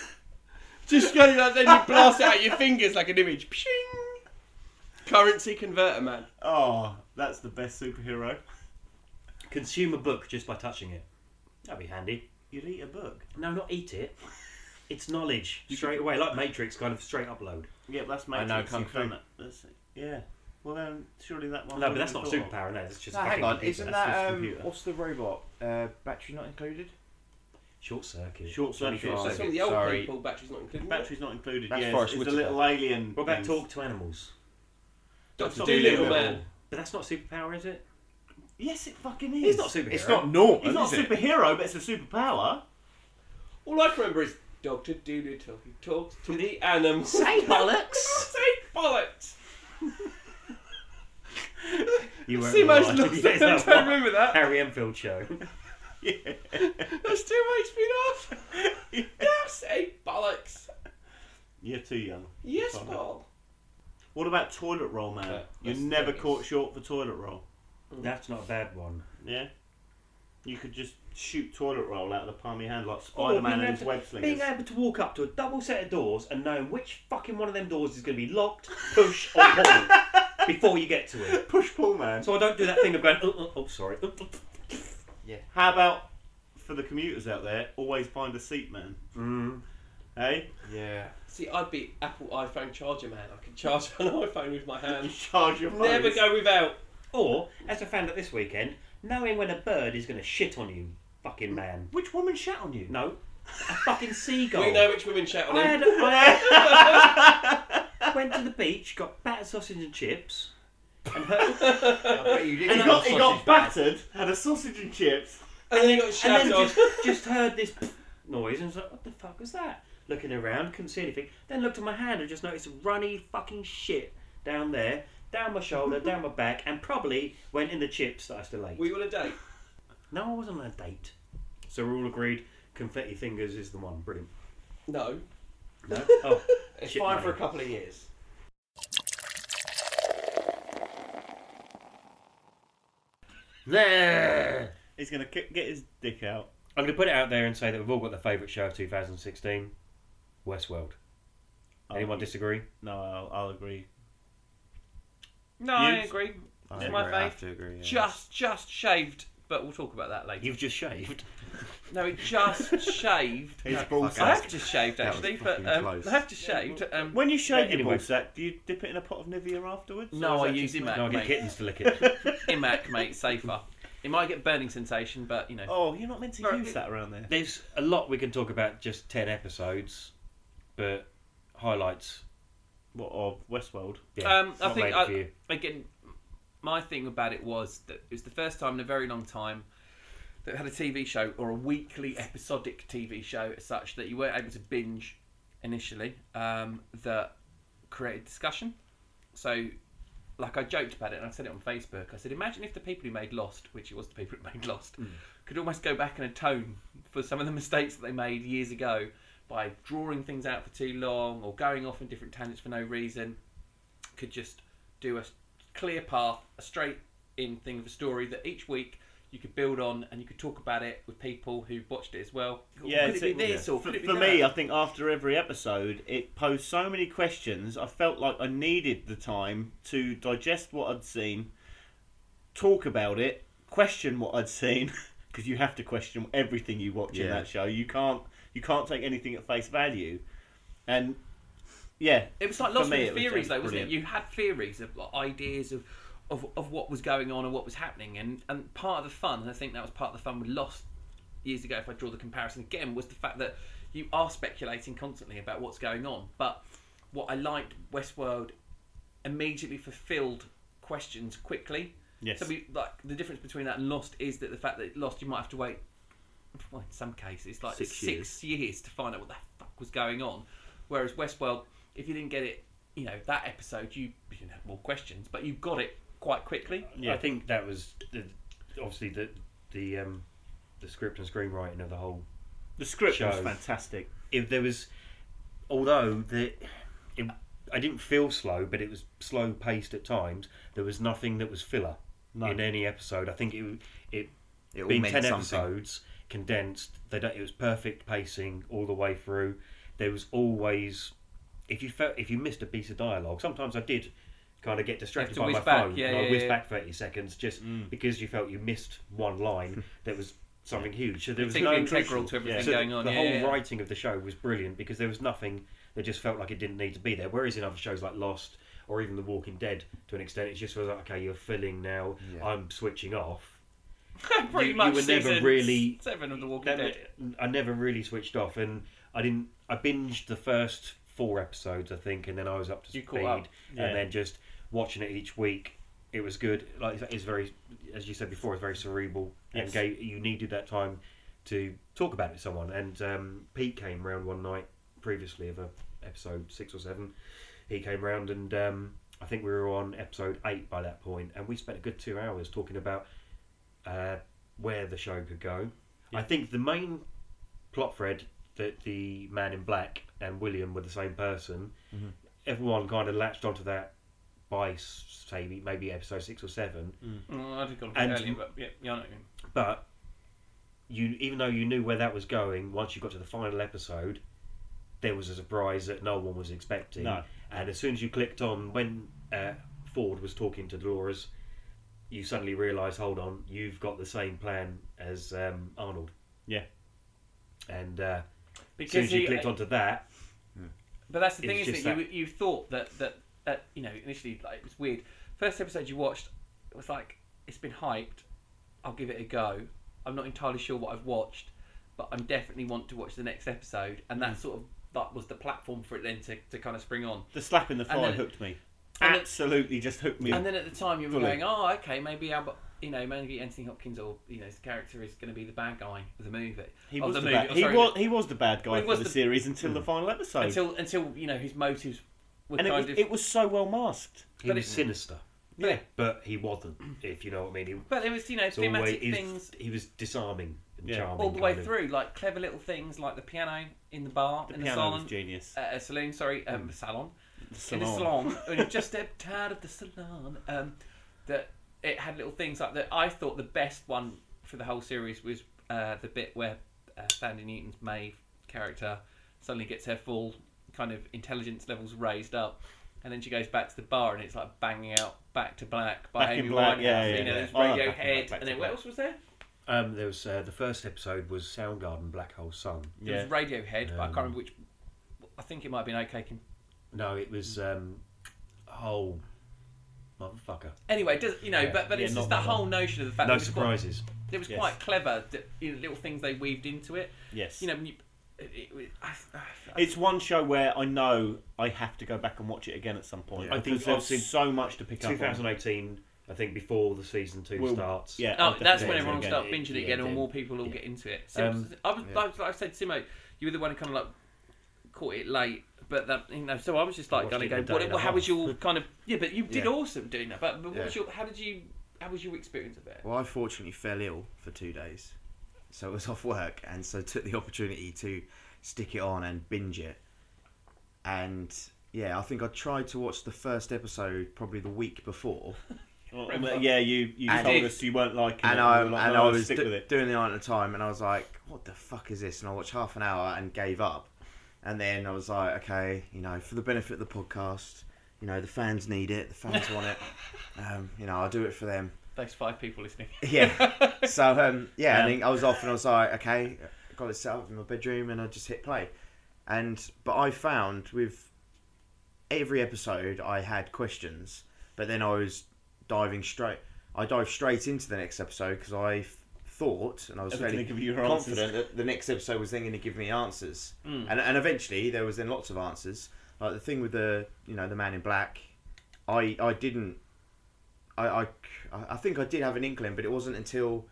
Speaker 3: Just go like then you blast it out your fingers like an image. Pshing. Currency converter man.
Speaker 2: Oh, that's the best superhero.
Speaker 4: Consume a book just by touching it. That'd be handy.
Speaker 2: You'd eat a book.
Speaker 4: No, not eat it. It's knowledge straight away, like Matrix, kind of straight upload.
Speaker 2: Yeah, but that's
Speaker 9: I
Speaker 2: Matrix.
Speaker 9: know Kung
Speaker 2: You've
Speaker 9: Fu.
Speaker 2: done that. That's it. Yeah. Well then, surely that one.
Speaker 4: No, but
Speaker 2: wouldn't
Speaker 4: that's
Speaker 2: be
Speaker 4: not a
Speaker 2: thought of.
Speaker 4: superpower. No, it's just
Speaker 5: No,
Speaker 4: a fucking
Speaker 5: hang on,
Speaker 4: computer.
Speaker 5: isn't
Speaker 2: that's just
Speaker 5: that, um,
Speaker 2: computer.
Speaker 5: what's the robot? Uh, battery not included?
Speaker 4: short circuit?
Speaker 2: Short circuit.
Speaker 5: Right.
Speaker 3: That's all the old
Speaker 5: Sorry.
Speaker 3: people. Batteries not included.
Speaker 2: Battery's not included.
Speaker 5: That's
Speaker 2: yeah,
Speaker 5: Forrest
Speaker 2: it's, it's the
Speaker 5: Whitaker.
Speaker 2: little alien.
Speaker 4: What about
Speaker 2: things.
Speaker 4: talk to animals?
Speaker 3: Doctor
Speaker 2: Doctor
Speaker 3: Doolittle
Speaker 2: Doolittle.
Speaker 3: man.
Speaker 4: But that's not a superpower, is it?
Speaker 2: Yes, it fucking is.
Speaker 4: It's not a superhero.
Speaker 5: It's not normal.
Speaker 2: He's not a
Speaker 5: is it?
Speaker 2: superhero, but it's a superpower.
Speaker 3: All I can remember is Doctor Doolittle. He talks to the animals. [laughs] Say
Speaker 4: bollocks.
Speaker 3: Say bollocks.
Speaker 4: You weren't
Speaker 3: See most
Speaker 4: [laughs] alive.
Speaker 3: lost.
Speaker 4: Yes,
Speaker 3: I
Speaker 4: that's
Speaker 3: don't
Speaker 4: what-
Speaker 3: remember that.
Speaker 4: Harry Enfield show.
Speaker 3: That still makes me laugh. [laughs] yeah, say bollocks.
Speaker 2: You're too young.
Speaker 3: Yes,
Speaker 2: Bollocks.
Speaker 3: Bob.
Speaker 2: What about toilet roll, man?
Speaker 3: Okay,
Speaker 2: You're
Speaker 3: that's
Speaker 2: never
Speaker 3: thing,
Speaker 2: caught
Speaker 3: it's-
Speaker 2: short for toilet roll.
Speaker 4: That's not a bad one.
Speaker 2: Yeah. You could just shoot toilet roll out of the palm of your hand like Spider-Man and his web slingers.
Speaker 4: Oh, being able to walk up to a double set of doors and knowing which fucking one of them doors is going to be locked, push,
Speaker 2: [laughs]
Speaker 4: or pull before you get to it.
Speaker 2: Push pull, man.
Speaker 4: So I don't do that thing of going, oh, oh, oh sorry. Oh, oh, oh."
Speaker 2: How about for the commuters out there? Always find a seat, man.
Speaker 4: Mm.
Speaker 2: Hey, [laughs]
Speaker 9: Yeah.
Speaker 3: See, I'd be Apple iPhone charger man. I could charge [laughs] an iPhone with my hand.
Speaker 2: charge your phone.
Speaker 3: Never go without.
Speaker 4: Or, as I found out this weekend, knowing when a bird is going to shit on you, fucking man.
Speaker 2: Which woman shat on you?
Speaker 4: No, a fucking seagull.
Speaker 5: Oh.
Speaker 3: We know which women chat on
Speaker 4: I had,
Speaker 3: him.
Speaker 4: I had-
Speaker 3: [laughs]
Speaker 4: I went to the beach, got battered sausage and chips, and her,
Speaker 9: I bet you did.
Speaker 2: He
Speaker 9: have
Speaker 2: got,
Speaker 9: a sausage
Speaker 2: he
Speaker 9: bag.
Speaker 2: got battered, had a sausage and chips.
Speaker 3: And then he got
Speaker 4: and
Speaker 3: shouted
Speaker 4: then
Speaker 3: on.
Speaker 4: just, [laughs] just heard this noise and was like, "What the fuck was that?" Looking around, couldn't see anything. Then looked at my hand and just noticed runny fucking shit down there, down my [laughs] shoulder, down my back, and probably went in the chips that I still ate.
Speaker 3: We want a date.
Speaker 4: No, I wasn't on a date. So we're all agreed. Confetti fingers is the one. [laughs] Brilliant.
Speaker 3: No.
Speaker 4: No. Oh,
Speaker 9: It's
Speaker 4: shit
Speaker 9: fine
Speaker 4: money.
Speaker 9: for a couple of years.
Speaker 2: He's gonna ki- get his dick out.
Speaker 4: I'm going to put it out there and say that we've all got the favourite show of 2016, Westworld. Anyone disagree?
Speaker 2: No, I'll, I'll agree.
Speaker 3: No, I
Speaker 4: You've-
Speaker 3: agree.
Speaker 5: I,
Speaker 3: It's
Speaker 5: agree,
Speaker 3: my
Speaker 5: I
Speaker 3: faith.
Speaker 5: have to agree. yeah.
Speaker 3: Just, just shaved. But we'll talk about that later.
Speaker 4: You've just shaved.
Speaker 3: No, it
Speaker 5: [laughs]
Speaker 3: just shaved.
Speaker 2: His
Speaker 3: No,
Speaker 2: ball
Speaker 3: I
Speaker 2: sack.
Speaker 3: have just shaved
Speaker 5: That was
Speaker 3: actually, but
Speaker 5: fucking
Speaker 3: um,
Speaker 5: close.
Speaker 3: I have just shaved. Um,
Speaker 2: When you shave your
Speaker 4: Anyway.
Speaker 2: ball sack, do you dip it in a pot of Nivea afterwards?
Speaker 3: no,
Speaker 2: Or
Speaker 3: I
Speaker 2: is that
Speaker 3: use
Speaker 2: just-
Speaker 3: Imac,
Speaker 4: No, I get
Speaker 3: mate.
Speaker 4: kittens to lick it.
Speaker 3: Imac, mate, safer. It might get burning sensation, but you know.
Speaker 2: Oh, you're not meant to
Speaker 3: Right.
Speaker 2: use that around there.
Speaker 4: [laughs] There's a lot we can talk about just 10 episodes, but highlights.
Speaker 2: What of Westworld?
Speaker 4: Yeah,
Speaker 3: Um,
Speaker 4: it's
Speaker 3: I
Speaker 4: not
Speaker 3: think
Speaker 4: made
Speaker 3: I-
Speaker 4: for you.
Speaker 3: again, my thing about it was that it was the first time in a very long time that had a TV show or a weekly episodic TV show as such that you weren't able to binge initially um, that created discussion. So, like I joked about it and I said it on Facebook. I said, imagine if the people who made Lost, which it was the people who made
Speaker 4: Hmm.
Speaker 3: Lost, could almost go back and atone for some of the [laughs] mistakes that they made years ago by drawing things out for too long or going off in different tangents for no reason could just do a clear path, a straight in thing of a story that each week you could build on and you could talk about it with people who watched it as well.
Speaker 2: Yeah,
Speaker 3: could
Speaker 2: it's-
Speaker 3: it be this or
Speaker 2: for,
Speaker 3: could it be
Speaker 2: for
Speaker 3: that?
Speaker 2: me, I think after every episode, it posed so many questions. I felt like I needed the time to digest what I'd seen, talk about it, question what I'd seen, [laughs] because you have to question everything you watch in
Speaker 5: Yeah.
Speaker 2: that show. You can't you can't take anything at face value, and yeah,
Speaker 3: It was like
Speaker 2: for
Speaker 3: lots of
Speaker 2: me, it was- it
Speaker 3: theories,
Speaker 2: was
Speaker 3: though, wasn't
Speaker 2: brilliant.
Speaker 3: it? You had theories of like, ideas of, of of what was going on and what was happening, and and part of the fun, and I think that was part of the fun we lost years ago. If I draw the comparison again, was the fact that you are speculating constantly about what's going on. But what I liked, Westworld immediately fulfilled questions quickly.
Speaker 2: Yes.
Speaker 3: So we like the difference between that and Lost is that the fact that Lost you might have to wait. Well, in some cases, like
Speaker 5: Six
Speaker 3: six, years. to find out what the fuck was going on. Whereas Westworld, if you didn't get it, you know that episode, you you didn't have more questions, but you got it quite
Speaker 4: [laughs]
Speaker 3: quickly. [laughs]
Speaker 4: I think that was the, obviously the the um, the script and screenwriting of the whole.
Speaker 2: the script was
Speaker 4: Show.
Speaker 2: fantastic.
Speaker 4: If there was, although the, it, I didn't feel slow, but it was slow paced at times. There was nothing that was filler in any episode. I think it it,
Speaker 5: It all
Speaker 4: being
Speaker 5: meant
Speaker 4: ten
Speaker 5: something.
Speaker 4: episodes condensed. They don't, it was perfect pacing all the way through. There was always if you felt if you missed a piece of dialogue. Sometimes I did kind of get distracted
Speaker 3: to
Speaker 4: by
Speaker 3: whiz
Speaker 4: my
Speaker 3: back,
Speaker 4: phone.
Speaker 3: yeah,
Speaker 4: and I
Speaker 3: yeah,
Speaker 4: whizzed
Speaker 3: yeah. Mm.
Speaker 4: back thirty seconds just because you felt you missed
Speaker 3: [laughs]
Speaker 4: one line that was something huge. So there was
Speaker 3: It's
Speaker 4: no
Speaker 3: integral to everything
Speaker 4: so the-
Speaker 3: going on.
Speaker 4: The
Speaker 3: yeah,
Speaker 4: whole
Speaker 3: yeah.
Speaker 4: writing of the show was brilliant because there was nothing that just felt like it didn't need to be there. Whereas in other shows like Lost or even The Walking Dead, to an extent, it just was like, okay, you're filling now.
Speaker 5: Yeah.
Speaker 4: I'm switching off.
Speaker 3: Pretty
Speaker 4: you- you
Speaker 3: much
Speaker 4: were never
Speaker 3: season
Speaker 4: really-
Speaker 3: seven of The Walking
Speaker 4: That-
Speaker 3: Dead.
Speaker 4: I never really switched off, and I didn't. I binged the first four episodes, I think, and then I was up to
Speaker 3: You caught
Speaker 4: speed,
Speaker 3: up.
Speaker 2: Yeah.
Speaker 4: and then just watching it each week. It was good. Like it's very, as you said before, it's very cerebral,
Speaker 2: Yes.
Speaker 4: and gave, you needed that time to talk about it with someone. And um, Pete came round one night previously of a episode six or seven. He came round and um, I think we were on episode eight by that point, and we spent a good two hours talking about uh, where the show could go. I think the main plot thread that the Man in Black and William were the same person.
Speaker 3: Mm-hmm.
Speaker 4: Everyone kind of latched onto that by s- say maybe episode six or seven,
Speaker 3: Mm, I'd have gone
Speaker 4: And-
Speaker 3: earlier, but yeah, yeah, I know what you mean.
Speaker 4: but you even though you knew where that was going, once you got to the final episode, there was a surprise that no one was expecting.
Speaker 2: No.
Speaker 4: And as soon as you clicked on when uh, Ford was talking to Dolores, you suddenly realised, hold on, you've got the same plan as um, Arnold.
Speaker 2: Yeah.
Speaker 4: And uh, as
Speaker 3: Because
Speaker 4: soon as you
Speaker 3: he- uh,
Speaker 4: clicked onto that,
Speaker 3: But that's the
Speaker 4: It's
Speaker 3: thing,
Speaker 4: just
Speaker 3: isn't it? You, you thought that, that that you know initially like it was weird. First episode you watched, it was like it's been hyped. I'll give it a go. I'm not entirely sure what I've watched, but I'm definitely want to watch the next episode. And
Speaker 2: Mm.
Speaker 3: that sort of that was the platform for it then to, to kind of spring on.
Speaker 2: The slap in the
Speaker 3: And
Speaker 2: thigh
Speaker 3: then-
Speaker 2: hooked me.
Speaker 3: and then-
Speaker 2: Absolutely, just hooked me.
Speaker 3: And then at the time you were
Speaker 2: Fully.
Speaker 3: going, oh okay, maybe Albert. You know, maybe Anthony Hopkins or you know his character is going to be the bad guy of the movie.
Speaker 2: He
Speaker 3: of
Speaker 2: was the,
Speaker 3: movie,
Speaker 2: bad,
Speaker 3: oh,
Speaker 2: he
Speaker 3: sorry,
Speaker 2: was he was the bad guy
Speaker 3: Well, he
Speaker 2: for
Speaker 3: was
Speaker 2: the,
Speaker 3: the-
Speaker 2: series until the final episode.
Speaker 3: until until you know his motives were
Speaker 2: and it
Speaker 3: kind
Speaker 2: was,
Speaker 3: of
Speaker 2: it was so well masked.
Speaker 4: he
Speaker 3: But
Speaker 4: was
Speaker 3: it-
Speaker 4: sinister,
Speaker 3: yeah.
Speaker 4: but he wasn't. If you know what I mean, he,
Speaker 3: But it was you know
Speaker 4: it's always-
Speaker 3: thematic
Speaker 4: he's-
Speaker 3: things.
Speaker 4: he was disarming and
Speaker 2: Yeah.
Speaker 4: charming
Speaker 3: all the way
Speaker 4: kind of.
Speaker 3: through, like clever little things like the piano in the bar,
Speaker 2: The
Speaker 3: in the
Speaker 2: piano
Speaker 3: salon,
Speaker 2: was genius. Mm.
Speaker 3: uh, uh, saloon, sorry, um, salon,
Speaker 2: The
Speaker 3: in the
Speaker 2: salon.
Speaker 3: salon. when
Speaker 2: [laughs]
Speaker 3: you just stepped out of the salon, um, that it had little things like that. I thought the best one for the whole series was uh, the bit where uh, Sandy Newton's Maeve character suddenly gets her full kind of intelligence levels raised up. and then she goes back to the bar, and it's like banging out "Back to Black" by
Speaker 2: Back in
Speaker 3: Amy
Speaker 2: Black,
Speaker 3: Winehouse.
Speaker 2: yeah, yeah,
Speaker 3: you know,
Speaker 2: yeah.
Speaker 3: there's
Speaker 2: I like Back in Black,
Speaker 3: Radiohead,
Speaker 2: Back to
Speaker 3: and then what
Speaker 2: Black.
Speaker 3: else was there?
Speaker 4: Um, there was uh, the first episode was Soundgarden, Black Hole Sun.
Speaker 3: There was Radiohead, but I can't remember which. I think it might have been OK. Con-
Speaker 4: No, it was um, oh motherfucker.
Speaker 3: Anyway, it does, you know,
Speaker 4: Yeah,
Speaker 3: but but
Speaker 4: yeah,
Speaker 3: it's
Speaker 4: not
Speaker 3: just that
Speaker 4: that
Speaker 3: whole notion of the fact
Speaker 4: No
Speaker 3: that it was quite-
Speaker 4: surprises.
Speaker 3: it was
Speaker 2: Yes.
Speaker 3: quite clever, that, you know, little things they weaved into it.
Speaker 2: Yes.
Speaker 3: You know, when you, it, it, I, oh, I,
Speaker 2: It's one show where I know I have to go back and watch it again at some point.
Speaker 4: Yeah. I think
Speaker 2: because there's
Speaker 4: I've seen
Speaker 2: so much to pick up. on.
Speaker 4: 2018, I think, before the season two
Speaker 2: Well,
Speaker 4: starts.
Speaker 2: Yeah. I'll
Speaker 3: Oh, that's
Speaker 2: definitely
Speaker 3: when
Speaker 2: do it
Speaker 3: everyone will
Speaker 2: again.
Speaker 3: start binging it
Speaker 2: Yeah,
Speaker 3: again, and
Speaker 2: then-
Speaker 3: more people will
Speaker 2: yeah.
Speaker 3: get into it.
Speaker 4: Um,
Speaker 3: Sim, I was, like, like I said, Simo, you were the one who kind of like caught it late, but that you know. So I was just like
Speaker 4: Watched
Speaker 3: going to
Speaker 4: it
Speaker 3: go.
Speaker 4: in a day
Speaker 3: What,
Speaker 4: and a
Speaker 3: how was
Speaker 4: half."
Speaker 3: your kind of? Yeah, but you did
Speaker 5: Yeah.
Speaker 3: awesome doing that. But, but what
Speaker 5: Yeah.
Speaker 3: was your? How did you? How was your experience of it?
Speaker 5: Well, I fortunately fell ill for two days, so I was [laughs] off work, and so took the opportunity to stick it on and binge it. And yeah, I think I tried to watch the first episode probably the week before,
Speaker 2: Well, yeah, you, you
Speaker 5: And-
Speaker 2: told us you weren't liking
Speaker 5: and
Speaker 2: it.
Speaker 5: I
Speaker 2: you were
Speaker 5: and
Speaker 2: like,
Speaker 5: I
Speaker 2: "No, I'll
Speaker 5: was
Speaker 2: stick
Speaker 5: do-
Speaker 2: with it.
Speaker 5: doing the night at a time, and I was like, "What the fuck is this?" And I watched half an hour and gave up. And then I was like, "Okay, you know, for the benefit of the podcast, you know, the fans need it, the fans want [laughs] it. Um, you know, I'll do it for them."
Speaker 3: Those five people listening.
Speaker 5: Yeah. So um, yeah, and then I was off and I was like, okay, I got it set up in my bedroom and I just hit play. And but I found with every episode I had questions, but then I was diving straight. I dived straight into the next episode because I f- thought and I was
Speaker 2: Everything
Speaker 5: fairly
Speaker 2: they give you your
Speaker 5: confident
Speaker 2: answers.
Speaker 5: that the next episode was then going to give me answers.
Speaker 4: Hmm.
Speaker 5: And and eventually there was then lots of answers. Like the thing with the you know the man in black, I I didn't I, I, I think I did have an inkling, but it wasn't until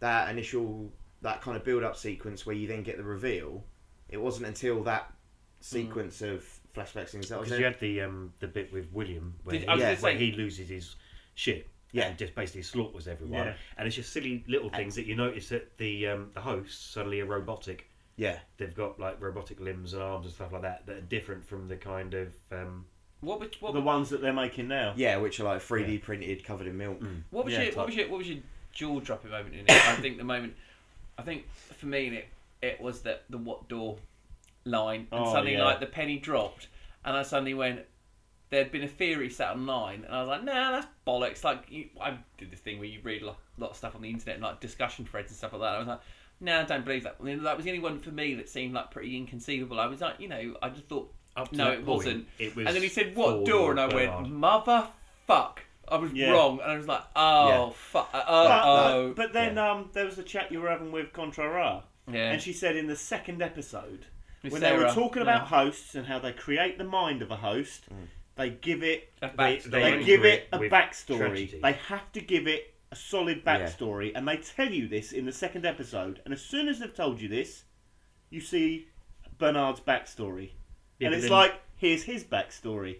Speaker 5: that initial that kind of build up sequence where you then get the reveal. It wasn't until that sequence of flashbacks things that was
Speaker 4: Because
Speaker 5: in.
Speaker 4: Hmm. you had the um, the bit with William where,
Speaker 3: Did-
Speaker 4: he,
Speaker 3: I was
Speaker 5: gonna
Speaker 4: where
Speaker 3: say-
Speaker 4: he loses his shit.
Speaker 5: Yeah.
Speaker 4: and just basically slaughters everyone.
Speaker 2: Yeah.
Speaker 4: And it's just silly little things that you notice that the um, the hosts suddenly are robotic.
Speaker 5: yeah,
Speaker 4: They've got like robotic limbs and arms and stuff like that that are different from the kind of um,
Speaker 3: What was what,
Speaker 2: The ones that they're making now.
Speaker 5: yeah, which are like three D printed, covered in milk.
Speaker 4: Hmm.
Speaker 3: what was
Speaker 2: yeah,
Speaker 3: your what was your what was your jaw dropping moment in it? I think the moment. I think for me, it it was the the what door line, and
Speaker 2: Oh,
Speaker 3: suddenly
Speaker 2: yeah.
Speaker 3: like the penny dropped, and I suddenly went. There'd been a theory set online, and I was like, "Nah, that's bollocks." Like, you, I did this thing where you read a lot, lot of stuff on the internet, and like discussion threads and stuff like that. I was like, "Nah, I don't believe that." I mean, that was the only one for me that seemed like pretty inconceivable. I was like, you know, I just thought,
Speaker 4: Up to
Speaker 3: no,
Speaker 4: that
Speaker 3: it
Speaker 4: point,
Speaker 3: wasn't.
Speaker 4: it was
Speaker 3: and then he said, "What
Speaker 4: Ford
Speaker 3: door?"
Speaker 4: or
Speaker 3: And I went,
Speaker 4: Bernard.
Speaker 3: "Motherfuck!" I was
Speaker 2: Yeah.
Speaker 3: wrong, and I was like, "Oh
Speaker 5: Yeah.
Speaker 3: fuck!" Uh,
Speaker 2: But,
Speaker 3: oh,
Speaker 2: but then um, there was a chat you were having with Contrara,
Speaker 3: Yeah.
Speaker 2: and she said in the second episode
Speaker 3: With
Speaker 2: when they were
Speaker 3: Sarah, Mm.
Speaker 2: talking
Speaker 3: yeah.
Speaker 2: about hosts and how they create the mind of a host,
Speaker 5: Mm.
Speaker 2: they give it
Speaker 3: That's
Speaker 2: they,
Speaker 3: backstory.
Speaker 2: they
Speaker 4: They
Speaker 2: give
Speaker 4: do
Speaker 2: it
Speaker 4: it
Speaker 2: a
Speaker 4: with
Speaker 2: backstory.
Speaker 4: tragedy.
Speaker 2: They have to give it a solid backstory, and they tell you this in the second episode. And as soon as they've told you this, you see Bernard's backstory,
Speaker 4: Yeah,
Speaker 2: and
Speaker 4: but
Speaker 2: it's
Speaker 4: then-
Speaker 2: like here's his backstory.